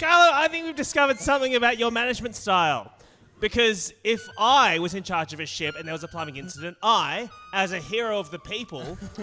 Carlo, I think we've discovered something about your management style. Because if I was in charge of a ship and there was a plumbing incident, I, as a hero of the people, Uh-huh.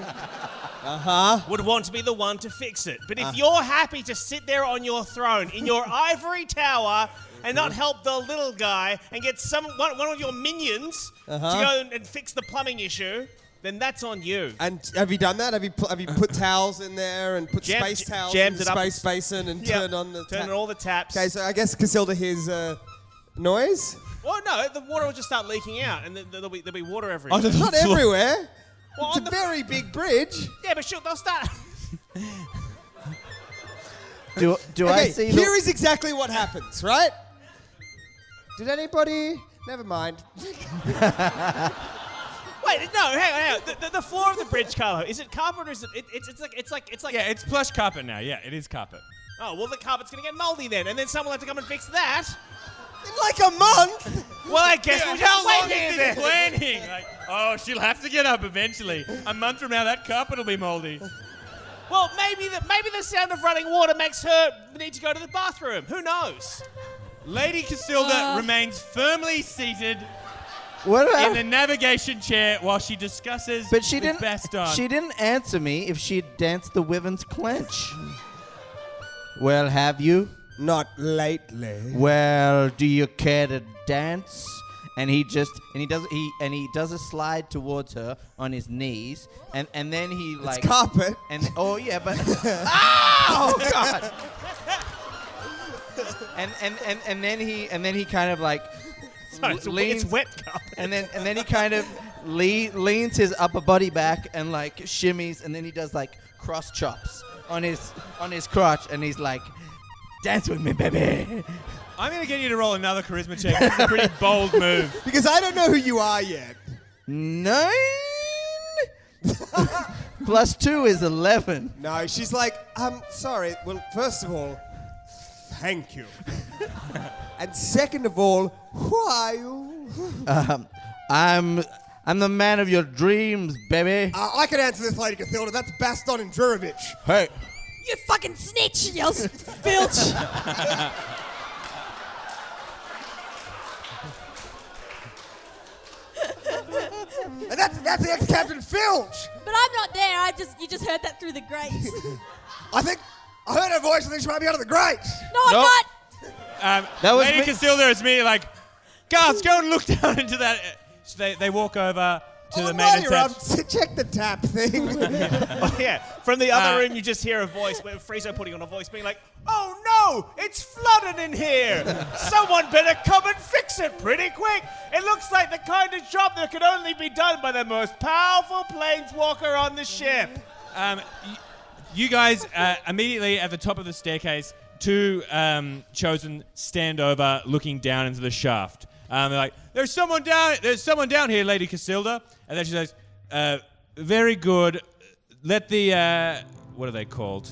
Uh-huh.
would want to be the one to fix it. But if
Uh.
you're happy to sit there on your throne in your ivory tower and
Uh-huh.
not help the little guy and get some one, one of your minions
Uh-huh.
to go and, and fix the plumbing issue, then that's on you.
And have you done that? Have you pl- have you put towels in there and put
Jam-
space
j-
towels
jammed
in the
it up.
space basin and
Yeah,
turned on the
turn
tap?
on all the taps.
Okay, so I guess Casilda hears uh, noise.
well, no, the water will just start leaking out, and then there'll be there'll be water everywhere.
Onto the
Not
floor.
everywhere.
Well,
Oh, It's
on
a
the-
very big bridge.
Yeah, but shoot, they'll start.
Do, do I
Okay,
see
here is
the,
exactly what happens, right? Did anybody? Never mind.
Wait, no, hang on, hang on. The, the, the floor of the bridge, Carlo, is it carpet or is it, it it's, it's like it's like it's like
Yeah, it's plush carpet now. Yeah, it is carpet.
oh well, the carpet's gonna get moldy then, and then someone will have to come and fix that.
In like a month?
Well, I guess we'll
How
just
long
wait
is this planning? Like, oh, she'll have to get up eventually. A month from now, that carpet will be moldy.
Well, maybe the, maybe the sound of running water makes her need to go to the bathroom. Who knows?
Lady Casilda remains firmly seated
What
in
about?
the navigation chair while she discusses
but she
with
didn't.
Baston.
She didn't answer me if she danced the Wyvern's Clench. well, have you?
Not lately.
Well, do you care to dance? And he just and he does he and he does a slide towards her on his knees, and and then he like
Carpet.
And oh yeah, but oh god. And, and, and, and then he and then he kind of like
it's, a-
leans
it's wet carpet.
and then and then he kind of le- leans his upper body back and like shimmies and then he does like cross chops on his on his crotch and he's like dance with me baby
I'm going to get you to roll another charisma check. It's a pretty bold move.
Because I don't know who you are yet.
nine plus two is eleven
No, she's like, um, sorry. Well, first of all, thank you. and second of all, who are you?
Um, I'm I'm the man of your dreams baby
Uh, I can answer this, Lady Cathilda. That's Baston and Drurovich.
hey
You fucking snitch, yells Filch.
And that's, that's the ex-Captain Filch.
But I'm not there. I just you just heard that through the grates.
I think, I heard her voice. I think she might be under the grates.
No, I'm
Nope.
not.
Um,
That was
Lady
me-
Casilda is me like, guards, go and look down into that. uh," So they, they walk over to
Oh,
the
while
main
you're up,
entrance.
check the tap thing.
yeah, from the other
Uh,
room, you just hear a voice, where Friezo putting on a voice, being like, "Oh no, it's flooded in here! Someone better come and fix it pretty quick! It looks like the kind of job that could only be done by the most powerful planeswalker on the ship."
Um, y- you guys uh, immediately at the top of the staircase, two um, chosen stand over, looking down into the shaft. Um, they're like, "There's someone down. There's someone down here, Lady Casilda." And then she says, uh, "Very good. Let the uh, what are they called?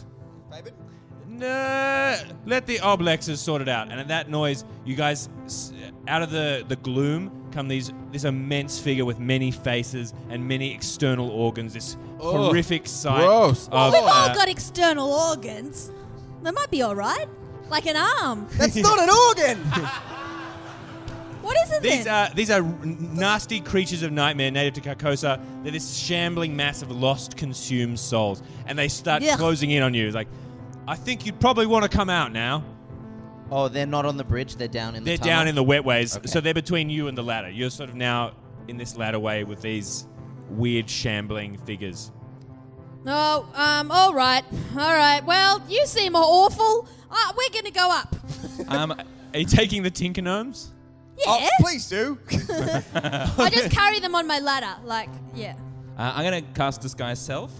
No, let the Oblexes sort it out." And at that noise, you guys, s- out of the the gloom, come these this immense figure with many faces and many external organs. This horrific sight.
Gross.
Of,
Oh, We've all
uh,
got external organs. They might be all right, like an arm.
That's not an organ.
What is it
These
then?
are these are n- nasty creatures of nightmare native to Carcosa. They're this shambling mass of lost, consumed souls, and they start
Yuck.
closing in on you. It's Like, I think you'd probably want to come out now.
oh they're not on the bridge they're down in
They're
the
down
tunnel.
in the wet ways,
Okay.
so they're between you and the ladder. You're sort of now in this ladder way with these weird shambling figures.
No, um, all right, all right. Well, you seem awful. Uh, we're gonna go up.
uh,
Um, are you taking the Tinker Gnomes?
Yeah,
Oh, please do.
I just carry them on my ladder. Like, yeah.
Uh, I'm gonna cast disguise self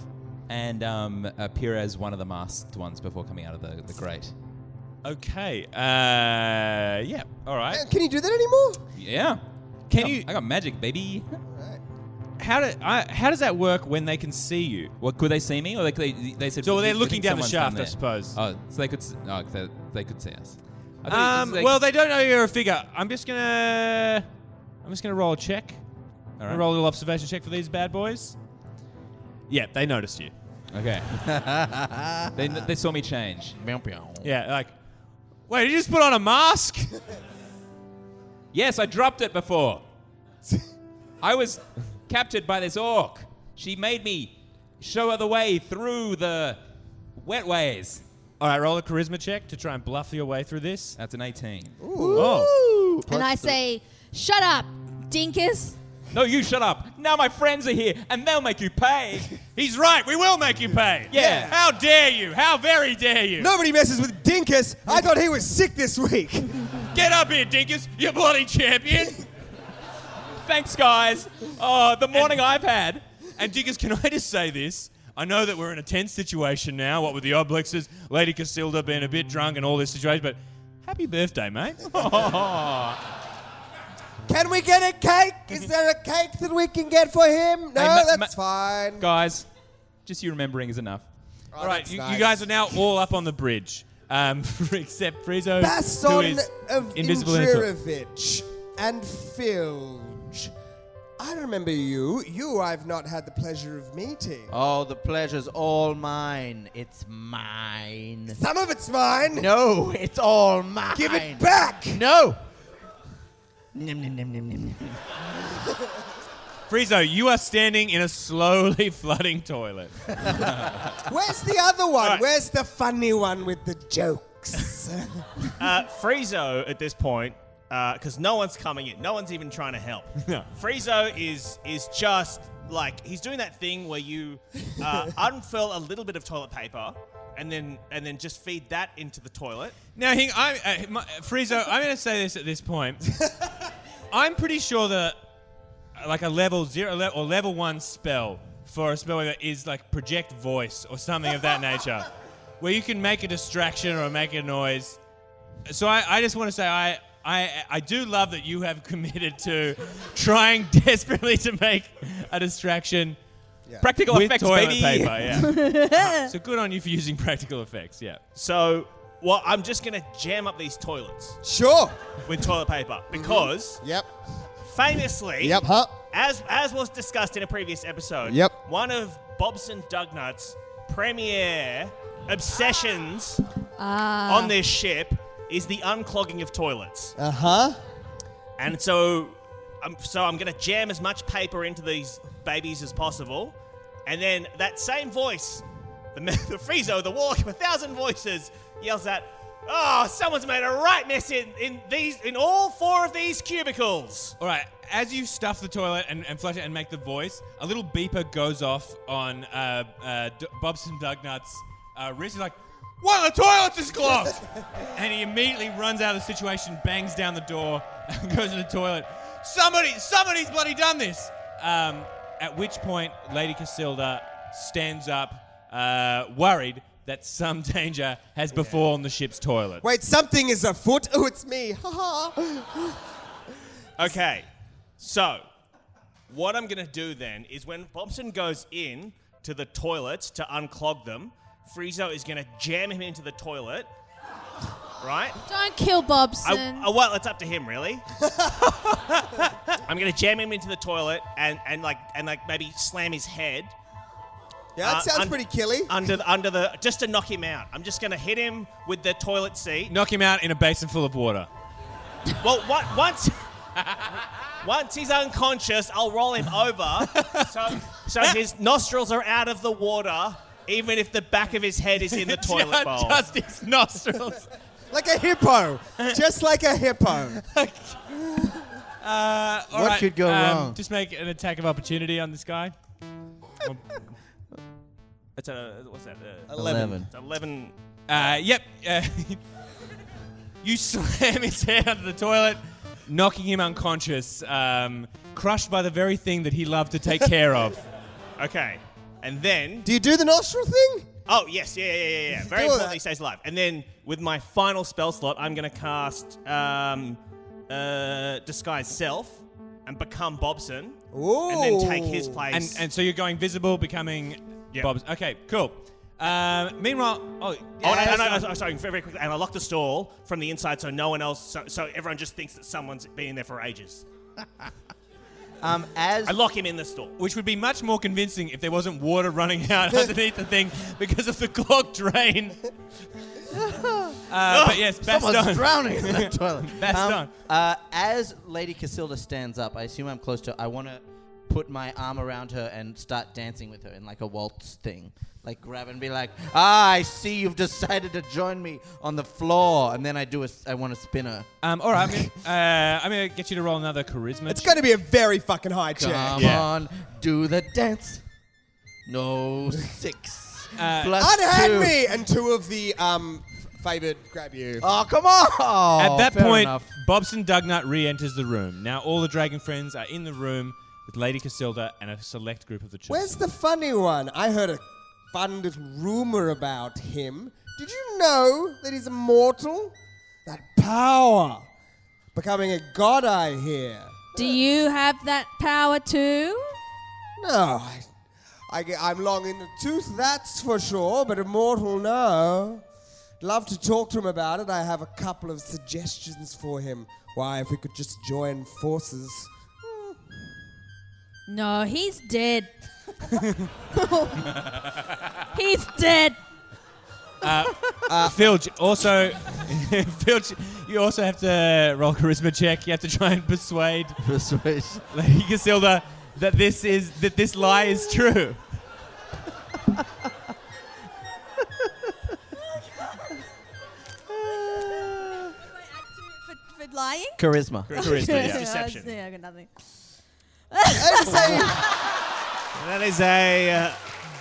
and um, appear as one of the masked ones before coming out of the, the grate.
Okay. Uh, yeah. All right.
Can you do that anymore?
Yeah.
Can
I got-
you-
I got magic, baby.
How do I, how does that work when they can see you?
What could they see me, or they could they, they said?
So
"We-
they're
we
looking
think
down the
someone's
shaft, I
there."
suppose.
Oh, so they could. s- Oh, they, they could see us. I thought
Um,
it was like-
well, they don't know you're a figure. I'm just gonna, I'm just gonna roll a check.
All
I'm gonna
right.
Roll a little observation check for these bad boys. Yeah, they noticed you.
Okay. they, kn- they saw me change.
Yeah, like, wait, did you just put on a mask?
Yes, I dropped it before. I was captured by this orc. She made me show her the way through the wet ways.
All right, roll a charisma check to try and bluff your way through this.
That's an 18.
Oh,
and I say, shut up, dinkus.
No, you shut up. Now my friends are here, and they'll make you pay.
he's right. We will make you pay.
Yeah.
How dare you? How very dare you?
Nobody messes with Dinkus. I thought he was sick this week.
Get up here, Dinkus. You bloody champion.
Thanks, guys. Oh, the morning I've had.
And Diggers, can I just say this? I know that we're in a tense situation now, what with the Oblexes, Lady Casilda being a bit drunk and all this situation, but happy birthday, mate.
Can we get a cake? Is there a cake that we can get for him? No,
ma-
that's fine.
Guys, just you remembering is enough.
Oh,
all right,
that's
you, you
nice.
guys are now all up on the bridge. um, except Friezo, who
Baston
is
of
invisible in a tool.
Injurovich and Filge. I remember you. You I've not had the pleasure of meeting.
Oh, the pleasure's all mine. It's mine.
Some of it's mine.
No, it's all mine.
Give it back.
No.
Nom, nom, nom, nom, nom, nom.
Friezo, you are standing in a slowly flooding toilet.
Where's the other one?
right.
Where's the funny one with the jokes?
Uh, Friezo at this point, because no one's coming in, no one's even trying to help. Friezo is is just like he's doing that thing where you uh, unfurl a little bit of toilet paper, and then and then just feed that into the toilet.
Now, hang, I'm, uh, my, Friezo, I'm going to say this at this point. I'm pretty sure that uh, like a level zero le- or level one spell for a spell that is like project voice or something of that nature, where you can make a distraction or make a noise. So I, I just want to say I. I, I do love that you have committed to trying desperately to make a distraction
Practical
with
effects,
toilet
baby.
paper. Yeah. so good on you for using practical effects. Yeah.
So, well, I'm just gonna jam up these toilets
sure.
with toilet paper because
Yep.
famously,
Yep. Huh.
as as was discussed in a previous episode,
Yep.
one of Bobson Dugnut's premier obsessions on this ship is the unclogging of toilets.
Uh huh.
And so, um, so I'm going to jam as much paper into these babies as possible, and then that same voice, the me- the Friezo, the Warlock of a thousand voices, yells out, "Oh, someone's made a right mess in in these in all four of these cubicles."
All right. As you stuff the toilet and, and flush it and make the voice, a little beeper goes off on uh, uh, D- Bobson Dugnut's uh, wrist. He's like, "One of the toilets is clogged!" and he immediately runs out of the situation, bangs down the door, and goes to the toilet. Somebody, somebody's bloody done this. Um, at which point, Lady Casilda stands up, uh, worried that some danger has befallen the ship's toilet.
Wait, something is afoot. Oh, it's me. Ha ha.
Okay, so what I'm going to do then is when Bobson goes in to the toilets to unclog them, Friezo is going to jam him into the toilet, right?
Don't kill Bobson.
I, I- well, it's up to him, really. I'm gonna jam him into the toilet and, and like and like maybe slam his head
Yeah, that
Uh,
sounds
un-
pretty killy.
under the, under the just to knock him out. I'm just gonna hit him with the toilet seat.
Knock him out in a basin full of water.
Well, what once once he's unconscious, I'll roll him over so so his nostrils are out of the water, even if the back of his head is in the toilet bowl.
Just his nostrils.
like a hippo. Just like a hippo.
All
What
right,
could go
um,
wrong?
Just make an attack of opportunity on this guy.
It's a, what's that? Uh,
Eleven.
it's Eleven.
Uh, yep. Uh, you slam his head under the toilet, knocking him unconscious, um, crushed by the very thing that he loved to take care of.
Okay, and then
Do you do the nostril thing?
Oh yes, yeah, yeah, yeah, yeah. Very
all
important
that.
he stays alive. And then with my final spell slot, I'm gonna cast um, uh, disguise self and become Bobson, and then take his
Ooh.
place.
And and so you're going visible, becoming
Yeah.
Bob's. Okay, cool. Um, meanwhile, oh,
oh, and,
yeah,
and I, I, sorry, very, very quickly. And I lock the stall from the inside, so no one else, so, so everyone just thinks that someone's been in there for ages.
Um, as
I lock him in the stall.
which would be much more convincing if there wasn't water running out underneath the thing because of the clogged drain. uh, but yes,
someone's
Baston.
drowning in that toilet.
Baston.
uh, as Lady Casilda stands up, I assume I'm close to. I want to put my arm around her and start dancing with her in like a waltz thing, like grab and be like, "Ah, I see you've decided to join me on the floor," and then I do a. s- I want to spin her.
Um, all right, I'm gonna, uh, I'm gonna get you to roll another charisma.
It's going to be a very fucking high check.
Come
Yeah.
on, do the dance. No six
Uh,
plus
Unhand
two.
me and two of the um, favored grab you.
Oh come on!
At that
Oh, Fair
point,
enough.
Bobson Dugnut re-enters the room. Now all the dragon friends are in the room with Lady Casilda and a select group of the children.
Where's the funny one? I heard a fun little rumor about him. Did you know that he's immortal? That power. Becoming a god, I hear.
Do you have that power too?
No, I, I, am long in the tooth, that's for sure, but immortal, no. Love to talk to him about it. I have a couple of suggestions for him. Why, if we could just join forces.
No, he's dead. he's dead.
Filch, Uh, also, Filch, you also have to roll charisma check. You have to try and persuade
Persuasion.
Lady Casilda that this is that this lie is true.
For, for lying?
Charisma.
Charisma, yeah.
Deception.
Deception.
I got nothing.
That is a, uh,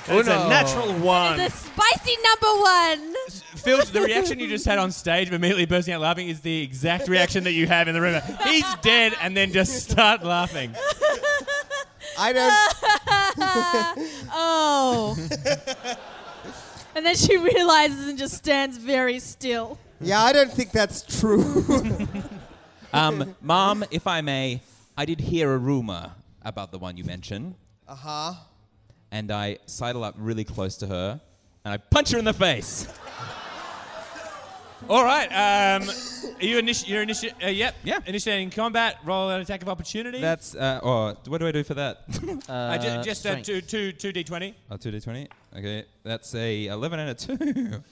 that is a natural one.
The spicy number one.
Filch, the reaction you just had on stage of immediately bursting out laughing is the exact reaction that you have in the room. He's dead, and then just start laughing.
I don't.
Oh. and then she realizes and just stands very still.
Yeah, I don't think that's true.
Um, Mom, if I may, I did hear a rumor about the one you mentioned,
uh huh.
and I sidle up really close to her, and I punch her in the face.
All right. Um, are you initi- you're initi- uh, yep.
Yeah.
Initiating combat. Roll an attack of opportunity.
That's uh, or what do I do for that?
uh, ju- just uh,
strength.
two, two, two d20.
oh, two d twenty. Okay, that's a eleven and a two.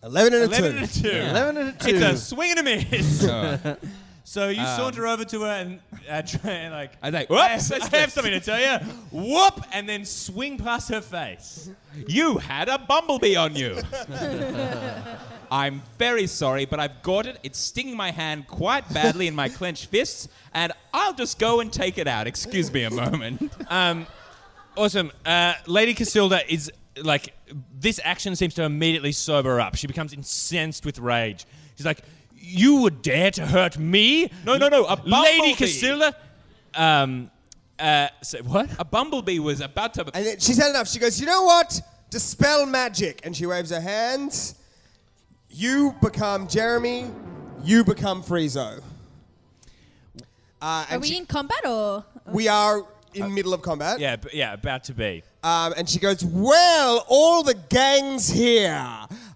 11 and a
11
2.
and a two.
11 and a 2.
It's a swing and a miss.
So
so you saunter over to her and uh, try and like.
I like.
I
Whoops!
have, I have something to tell you. Whoop! And then swing past her face.
You had a bumblebee on you. I'm very sorry, but I've got it. It's stinging my hand quite badly in my clenched fists, and I'll just go and take it out. Excuse me a moment.
Um, Awesome. Uh, Lady Casilda is like, this action seems to immediately sober up. She becomes incensed with rage. She's like, You would dare to hurt me?
No, no, no, a
Lady
bumblebee.
Casilda. Um, uh, say what?
A bumblebee was about to.
And then she's had enough. She goes, You know what? Dispel magic. And she waves her hands. You become Jeremy. You become Friezo. Uh,
Are
and
we
she-
in combat or?
we are in middle of combat.
Yeah, b- yeah, about to be.
Um, and she goes, Well, all the gang's here.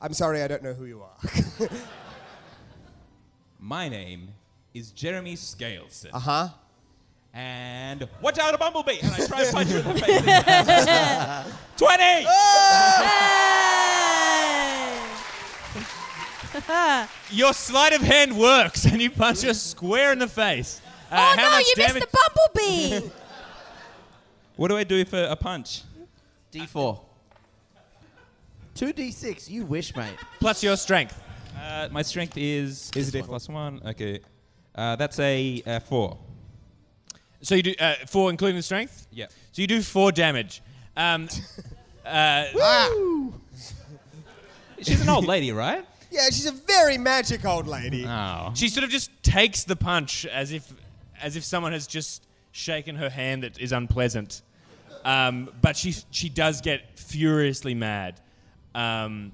I'm sorry, I don't know who you are.
My name is Jeremy Scaleson.
Uh-huh.
Uh huh.
And watch out, a bumblebee! And I try to punch you in the face. 20!
Oh!
Your sleight of hand works, and you punch her square in the face. Uh,
oh
how
no,
much
you
damage?
missed the bumblebee.
What do I do for a punch?
D4. 2d6. You wish, mate.
Plus your strength.
Uh, my strength is. Is it plus one? Okay. Uh, that's a uh, four.
So you do uh, four, including the strength.
Yeah.
So you do four damage. Um,
She's an old lady, right?
Yeah, she's a very magic old lady.
Oh.
She sort of just takes the punch as if, as if someone has just shaken her hand that is unpleasant. Um, but she she does get furiously mad. Um,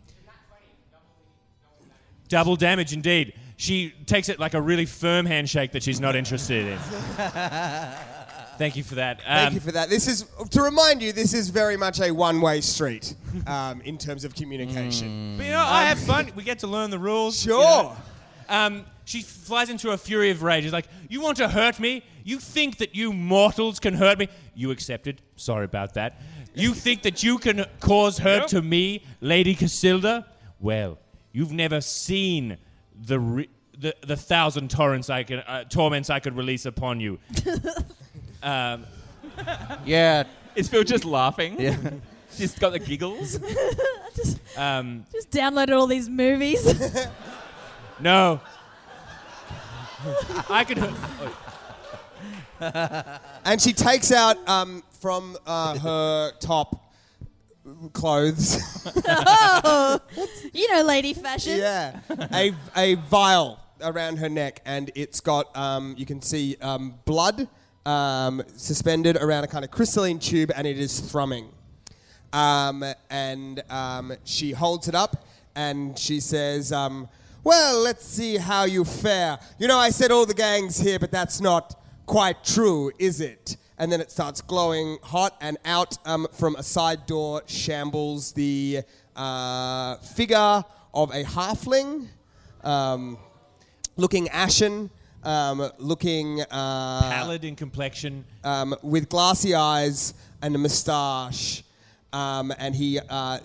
double damage indeed. She takes it like a really firm handshake that she's not interested in. Thank you for that.
Thank
Um,
you for that. This is, to remind you, this is very much a one way street um, in terms of communication.
but, you know, I have fun. We get to learn the rules. you
Sure.
know. Um, she flies into a fury of rage. She's like, You want to hurt me? You think that you mortals can hurt me? You accepted. Sorry about that. You think that you can cause hurt to me, Lady Casilda? Well, you've never seen the. Re- the, the thousand torrents I can, uh, torments I could release upon you.
Yeah.
Is Phil just laughing?
Yeah.
She's got the giggles.
Um,
Just downloaded all these movies.
no. I could. hu-
And she takes out um, from uh, her top clothes.
oh, you know, lady fashion.
Yeah, a a vial around her neck, and it's got um, you can see um, blood um, suspended around a kind of crystalline tube, and it is thrumming. Um, and um, she holds it up, and she says, um, "Well, let's see how you fare. You know, I said all the gangs here, but that's not quite true, is it?" and then it starts glowing hot, and out um, from a side door shambles the uh, figure of a halfling, um, looking ashen, um, looking uh,
Pallid in complexion.
um, with glassy eyes and a moustache, um, and he uh,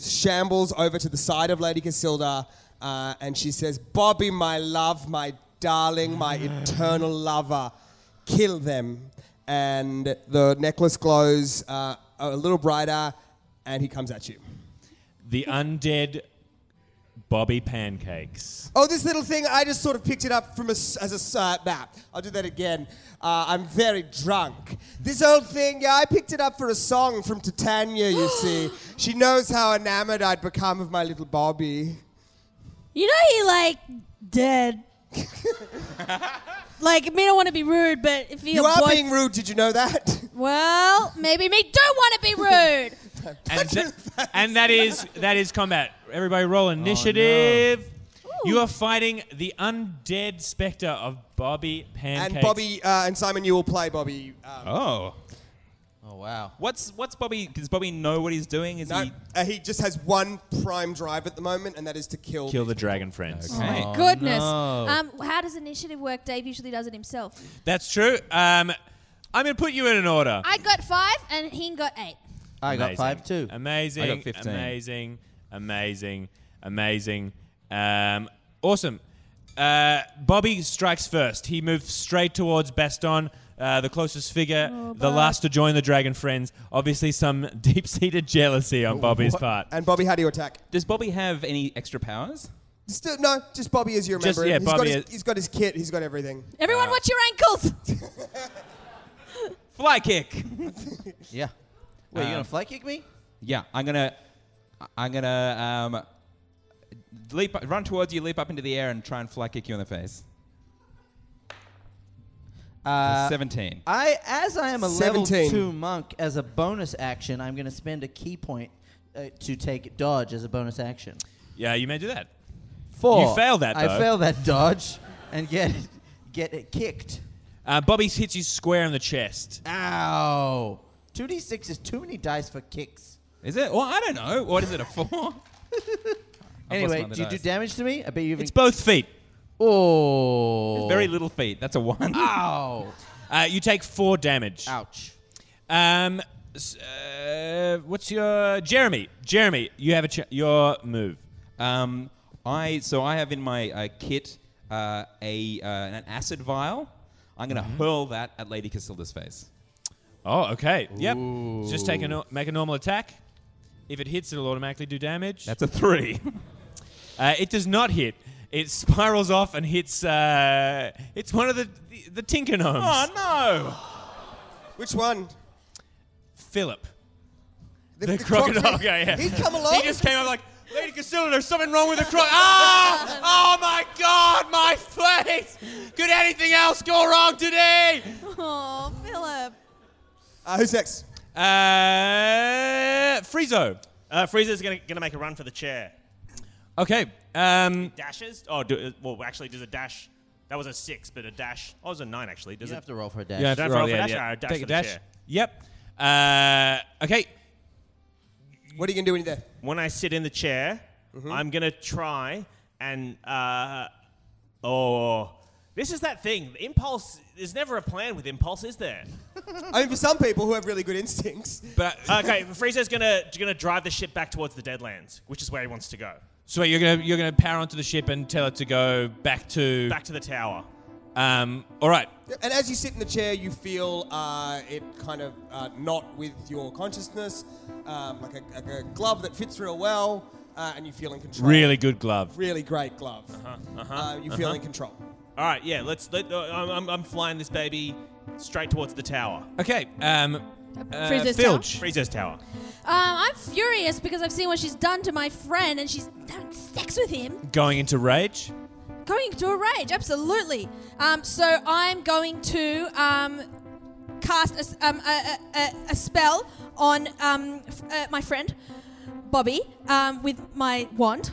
shambles over to the side of Lady Casilda, uh, and she says, "Bobby, my love, my darling, my eternal lover, kill them." And the necklace glows uh, a little brighter, and he comes at you.
The undead Bobby Pancakes.
Oh, this little thing, I just sort of picked it up from a, s- as a s- uh, map. I'll do that again. Uh, I'm very drunk. This old thing, yeah, I picked it up for a song from Titania, you see. She knows how enamored I'd become of my little Bobby.
You know he like dead. like me don't want to be rude, but if
You
you're
are being rude, did you know that?
well, maybe me don't want to be rude.
And, tha- and that is that is combat. Everybody
Oh,
roll initiative. You are fighting the undead specter of Bobby Pancakes.
and Bobby uh, and Simon, you will play Bobby. Um,
Oh.
Oh wow.
What's what's Bobby? Does Bobby know what he's doing? Is
no,
he?
uh, he just has one prime drive at the moment, and that is to kill.
Kill the dragon friends.
Okay.
Goodness.
no.
Um, how does initiative work? Dave usually does it himself.
That's true. Um, I'm going to put you in an order.
I got five and he got eight.
I got
Amazing.
five too.
Amazing.
I got 15.
Amazing. Amazing. Amazing. Um, awesome. Uh, Bobby strikes first. He moves straight towards Baston, uh, the closest figure, the last to join the Dragon Friends. Obviously, some deep seated jealousy on Bobby's part.
Uh,
And Bobby, how do you attack?
Does Bobby have any extra powers?
Still, no, just Bobby as you remember
Just-
him.
yeah,
He's
Bobby
got his,
is-
he's got his kit. He's got everything.
Everyone, watch your ankles.
Fly kick.
Yeah. Uh, Wait, you
Um,
gonna fly kick me?
yeah, I'm gonna, I'm gonna um, leap, run towards you, leap up into the air, and try and fly kick you in the face.
Uh,
Seventeen.
I, as I am a level
17.
two monk, as a bonus action, I'm going to spend a key point uh, to take dodge as a bonus action.
Yeah, you may do that.
Four.
You failed that,
I
though.
failed that dodge and get get it kicked.
Uh, Bobby hits you square in the chest.
Ow! Two d six is too many dice for kicks.
Is it? Well, I don't know. What is it a four?
Anyway,
some other
do you do
dice.
damage to me? I bet you.
It's
Even...
both feet.
Oh.
Very little feet. That's a one.
Ow!
Uh, you take four damage.
Ouch!
Um, s- uh, what's your Jeremy? Jeremy, you have a ch- your move.
Um, I so I have in my uh, kit uh, a uh, an acid vial. I'm gonna hurl that at Lady Casilda's face.
Oh, okay. Yep. Just take a no- make a normal attack. If it hits, it'll automatically do damage.
That's a three.
uh, it does not hit. It spirals off and hits. Uh, it's one of the the, the Tinker Gnomes.
no!
Which one?
Philip,
The,
the, crocodile. guy, yeah.
He'd come along.
He just came up like, Lady Casilda, there's something wrong with the croc. Ah! Oh my God, my face! Could anything else go wrong today?
oh, Philip.
Uh, who's next?
Uh, Friezo.
Uh, Frieza's gonna gonna make a run for the chair.
Okay. Um,
Dashes? Oh, do, well, actually, does a dash? That was a six, but a dash. Oh, it was a nine actually. Does
You
it?
have to roll for a dash.
you have to
Don't
roll
roll for
the
dash,
idea.
I dash
Take
for
a
the
dash.
chair.
Yep. Uh, okay.
What are you gonna do in there?
when I sit in the chair,
Mm-hmm.
I'm gonna try and uh, oh, this is that thing. Impulse. There's never a plan with impulse, is there?
I mean, for some people who have really good instincts,
But
okay, Frieza's gonna gonna drive the ship back towards the Deadlands, which is where he wants to go.
so wait, you're gonna you're gonna power onto the ship and tell it to go back to.
Back to the tower.
Um. All right.
and as you sit in the chair, you feel uh, it kind of uh, not with your consciousness, um, like, a, like a glove that fits real well, uh, and you feel in control.
Really good glove.
really great glove. Uh-huh, you feel in control.
All right, yeah. Let's. Let, uh, I'm, I'm, I'm flying this baby straight towards the tower.
Okay. Um. Uh,
Friezo's
Filch.
Frieza's tower.
Um, I'm furious because I've seen what she's done to my friend and she's having sex with him.
Going into rage.
Going into a rage, absolutely. Um, so I'm going to um, cast a, s- um, a, a, a, a spell on um, f- uh, my friend, Bobby, um, with my wand.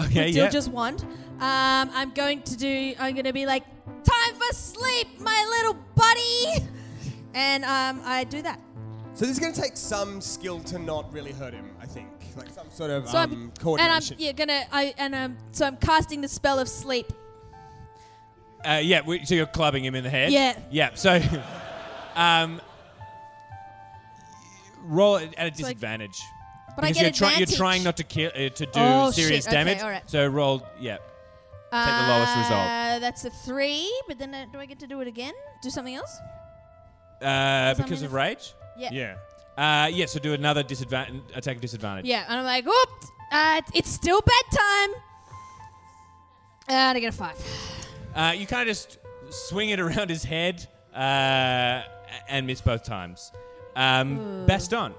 Okay.
still
Yeah.
just wand. Um, I'm going to do. I'm going to be like, time for sleep, my little buddy. and um, I do that.
So this is going to take some skill to not really hurt him, I think. Like some sort of
So
um,
I'm and I'm
coordination.
yeah gonna I and um so I'm casting the spell of sleep.
Uh, yeah, we, so you're clubbing him in the head.
Yeah.
Yeah. So, um, roll it at a disadvantage.
But I get
you're, try- you're
advantage.
trying not to kill, uh, to do
Oh, shit,
serious
okay,
damage.
alright.
So roll. Yeah. Take the lowest result.
Uh, That's a three, but then uh, do I get to do it again? Do something else?
Uh,
I'm
because
in
of
a-
rage.
Yeah. Yeah,
Yeah. Uh, yeah. So do another disadvantage attack of disadvantage.
and I'm like, whoop, uh, it's still bedtime. And I get a five.
Uh, you kind of just swing it around his head uh, a- and miss both times. Um, Baston,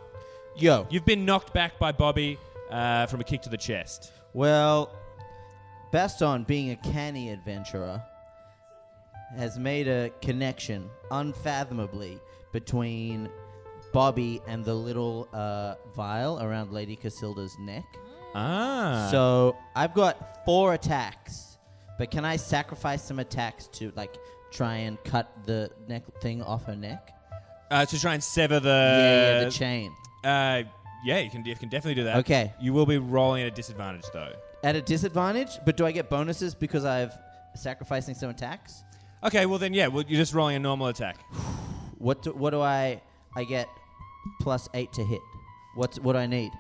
Yo.
you've been knocked back by Bobby uh, from a kick to the chest.
Well, Baston, being a canny adventurer, has made a connection unfathomably between Bobby and the little uh, vial around Lady Casilda's neck.
Ah.
So I've got four attacks, but can I sacrifice some attacks to like try and cut the neck thing off her neck?
Uh, to try and sever the.
yeah, yeah, the chain.
uh, yeah, you can, you can definitely do that.
Okay.
You will be rolling at a disadvantage, though.
At a disadvantage, but do I get bonuses because I've sacrificing some attacks?
Okay, well then, yeah, well, you're just rolling a normal attack.
What do, what do I I get plus eight to hit? What's what do I need?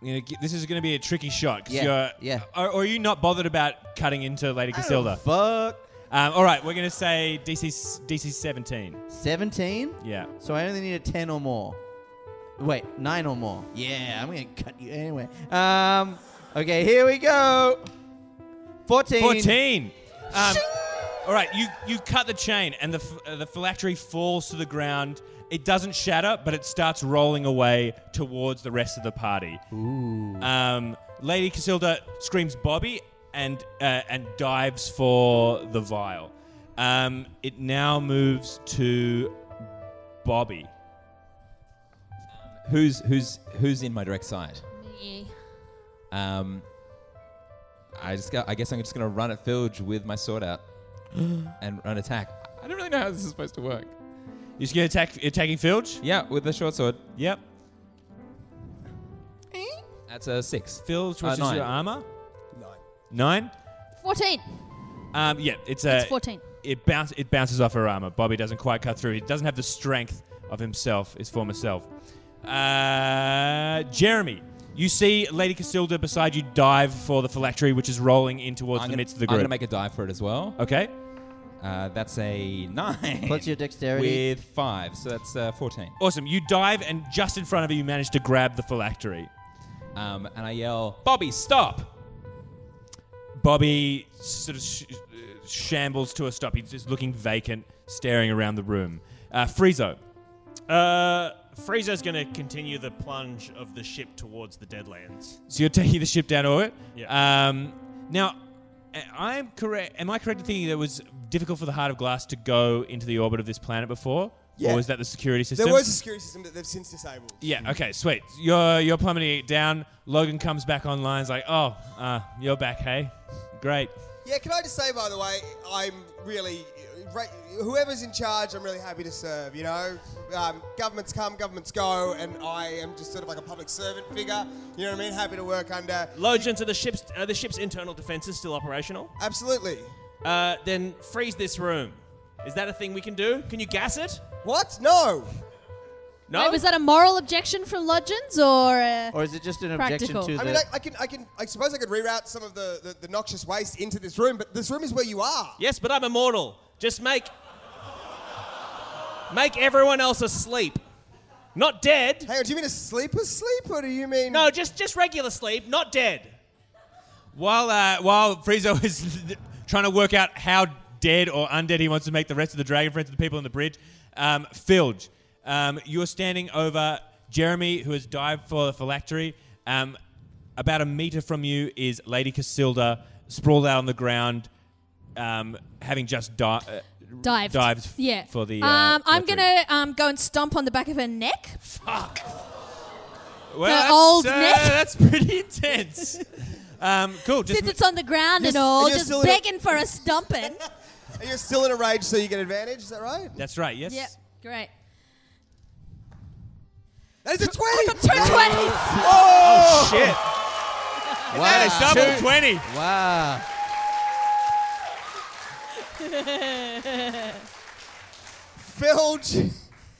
You know, g- this is going to be a tricky shot. 'cause
Yeah,
You're,
yeah.
Are, are you not bothered about cutting into Lady Casilda?
Fuck
Um, all right, we're going to say DC s- DC 17.
seventeen.
Yeah.
So I only need a ten or more. Wait, nine or more. Yeah, I'm gonna cut you anyway. Um. Okay, here we go. Fourteen.
14. Um, all right, you, you cut the chain, and the, f- uh, the phylactery falls to the ground. It doesn't shatter, but it starts rolling away towards the rest of the party. Ooh. Um, Lady Casilda screams Bobby and, uh, and dives for the vial. Um, it now moves to Bobby.
Who's who's who's in my direct sight? Um, I just go, I guess I'm just gonna run at Filge with my sword out and run attack. I don't really know how this is supposed to work.
You're just going to attack attacking Filge?
Yeah, with the short sword.
Yep.
That's a six.
Filge,
Uh,
what's
nine.
your armor? Nine. Nine?
14.
Um, yeah, it's a.
It's 14.
It, bounce, it bounces off her armor. Bobby doesn't quite cut through. He doesn't have the strength of himself, his former self. Uh, Jeremy, you see Lady Casilda beside you dive for the phylactery, which is rolling in towards
I'm
the
gonna,
midst of the Oh.
I'm
group.
gonna make a dive for it as well.
okay.
Uh, that's a nine.
Plus your dexterity.
with five, so that's uh, fourteen.
Awesome. You dive, and just in front of you, you manage to grab the phylactery.
Um, and I yell, "Bobby, stop!"
Bobby sort of sh- uh, shambles to a stop. He's just looking vacant, staring around the room. Uh, Friezo.
Uh, Frieza's gonna continue the plunge of the ship towards the Deadlands.
So you're taking the ship down orbit.
Yeah.
Um, now, a- I'm correct. Am I correct in thinking that it was difficult for the Heart of Glass to go into the orbit of this planet before?
Yeah.
Or was that the security system?
There was a security system that they've since disabled.
Yeah. Okay. Sweet. You're you're plummeting it down. Logan comes back online. Is like, oh, uh, you're back. Hey, great.
Yeah, can I just say, by the way, I'm really. right- Whoever's in charge, I'm really happy to serve, you know? Um, governments come, governments go, and I am just sort of like a public servant figure. You know what I mean? Happy to work under.
Logan, so the ship's uh, the ship's internal defenses still operational?
Absolutely.
Uh, then freeze this room. Is that a thing we can do? Can you gas it?
What? No!
No.
Wait, was that a moral objection from Lodgens or? Uh,
Or is it just an
Practical.
objection to the?
I mean, I, I can, I can, I suppose I could reroute some of the, the, the noxious waste into this room, but this room is where you are.
Yes, but I'm immortal. Just make make everyone else asleep. Not dead.
Hang on, do you mean a sleeper sleep, or do you mean?
No, just just regular sleep, not dead.
While uh, while Friezo is trying to work out how dead or undead he wants to make the rest of the dragon friends and the people in the bridge, um, Filge, um, you're standing over Jeremy, who has dived for the phylactery. Um, about a meter from you is Lady Casilda, sprawled out on the ground, um, having just died. Uh,
dived.
dived f-
Yeah.
for the, uh,
um, I'm
lottery.
gonna um, go and stomp on the back of her neck.
well,
Her
that's,
old
uh,
neck.
that's pretty intense. um, cool. Just
Since it's on the ground and
Yes,
all,
and you're
just
still in a-
begging for a stomping.
Are you still in a rage, so you get advantage? Is that right?
That's right. Yes.
Yeah. Great.
That is a Oh! 20!
Two twenties.
Shit. That is double 20.
Wow.
Filge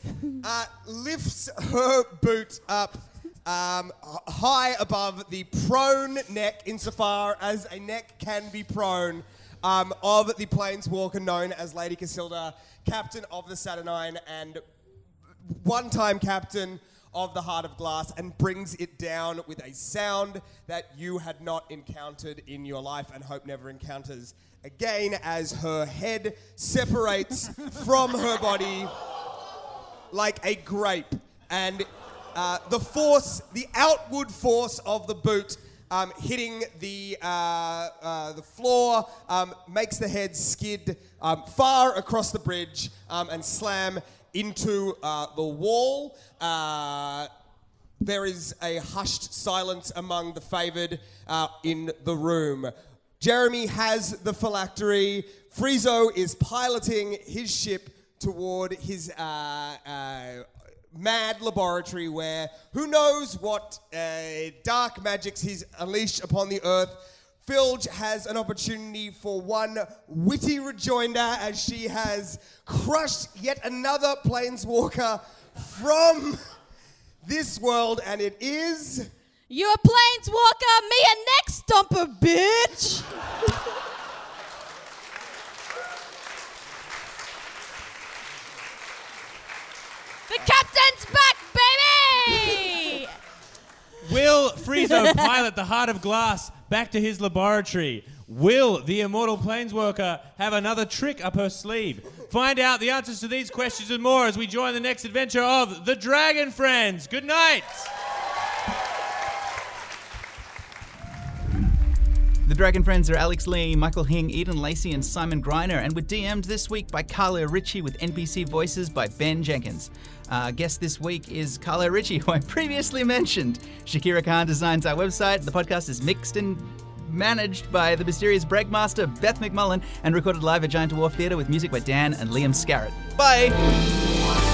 uh, lifts her boot up um, h- high above the prone neck, insofar as a neck can be prone, um, of the planeswalker known as Lady Casilda, captain of the Saturnine and one time captain of the Heart of Glass, and brings it down with a sound that you had not encountered in your life and hope never encounters again as her head separates from her body like a grape. And uh, the force, the outward force of the boot um, hitting the, uh, uh, the floor um, makes the head skid um, far across the bridge um, and slam into uh, the wall. Uh, there is a hushed silence among the favoured uh, in the room. Jeremy has the phylactery. Friezo is piloting his ship toward his uh, uh, mad laboratory where who knows what uh, dark magics he's unleashed upon the earth. Filge has an opportunity for one witty rejoinder as she has crushed yet another planeswalker from this world, and it is.
You a planeswalker, me a neck stomper, bitch. the captain's back, baby.
Will Friezo pilot the Heart of Glass back to his laboratory? Will the immortal planeswalker have another trick up her sleeve? Find out the answers to these questions and more as we join the next adventure of The Dragon Friends. Good night.
The Dragon Friends are Alex Lee, Michael Hing, Eden Lacey, and Simon Greiner, and were DM'd this week by Carlo Ritchie with NPC voices by Ben Jenkins. Uh, guest this week is Carlo Ritchie, who I previously mentioned. Shakira Khan designs our website. The podcast is mixed and managed by the mysterious breakmaster Beth McMullen and recorded live at Giant Dwarf Theatre with music by Dan and Liam Scarrett. Bye!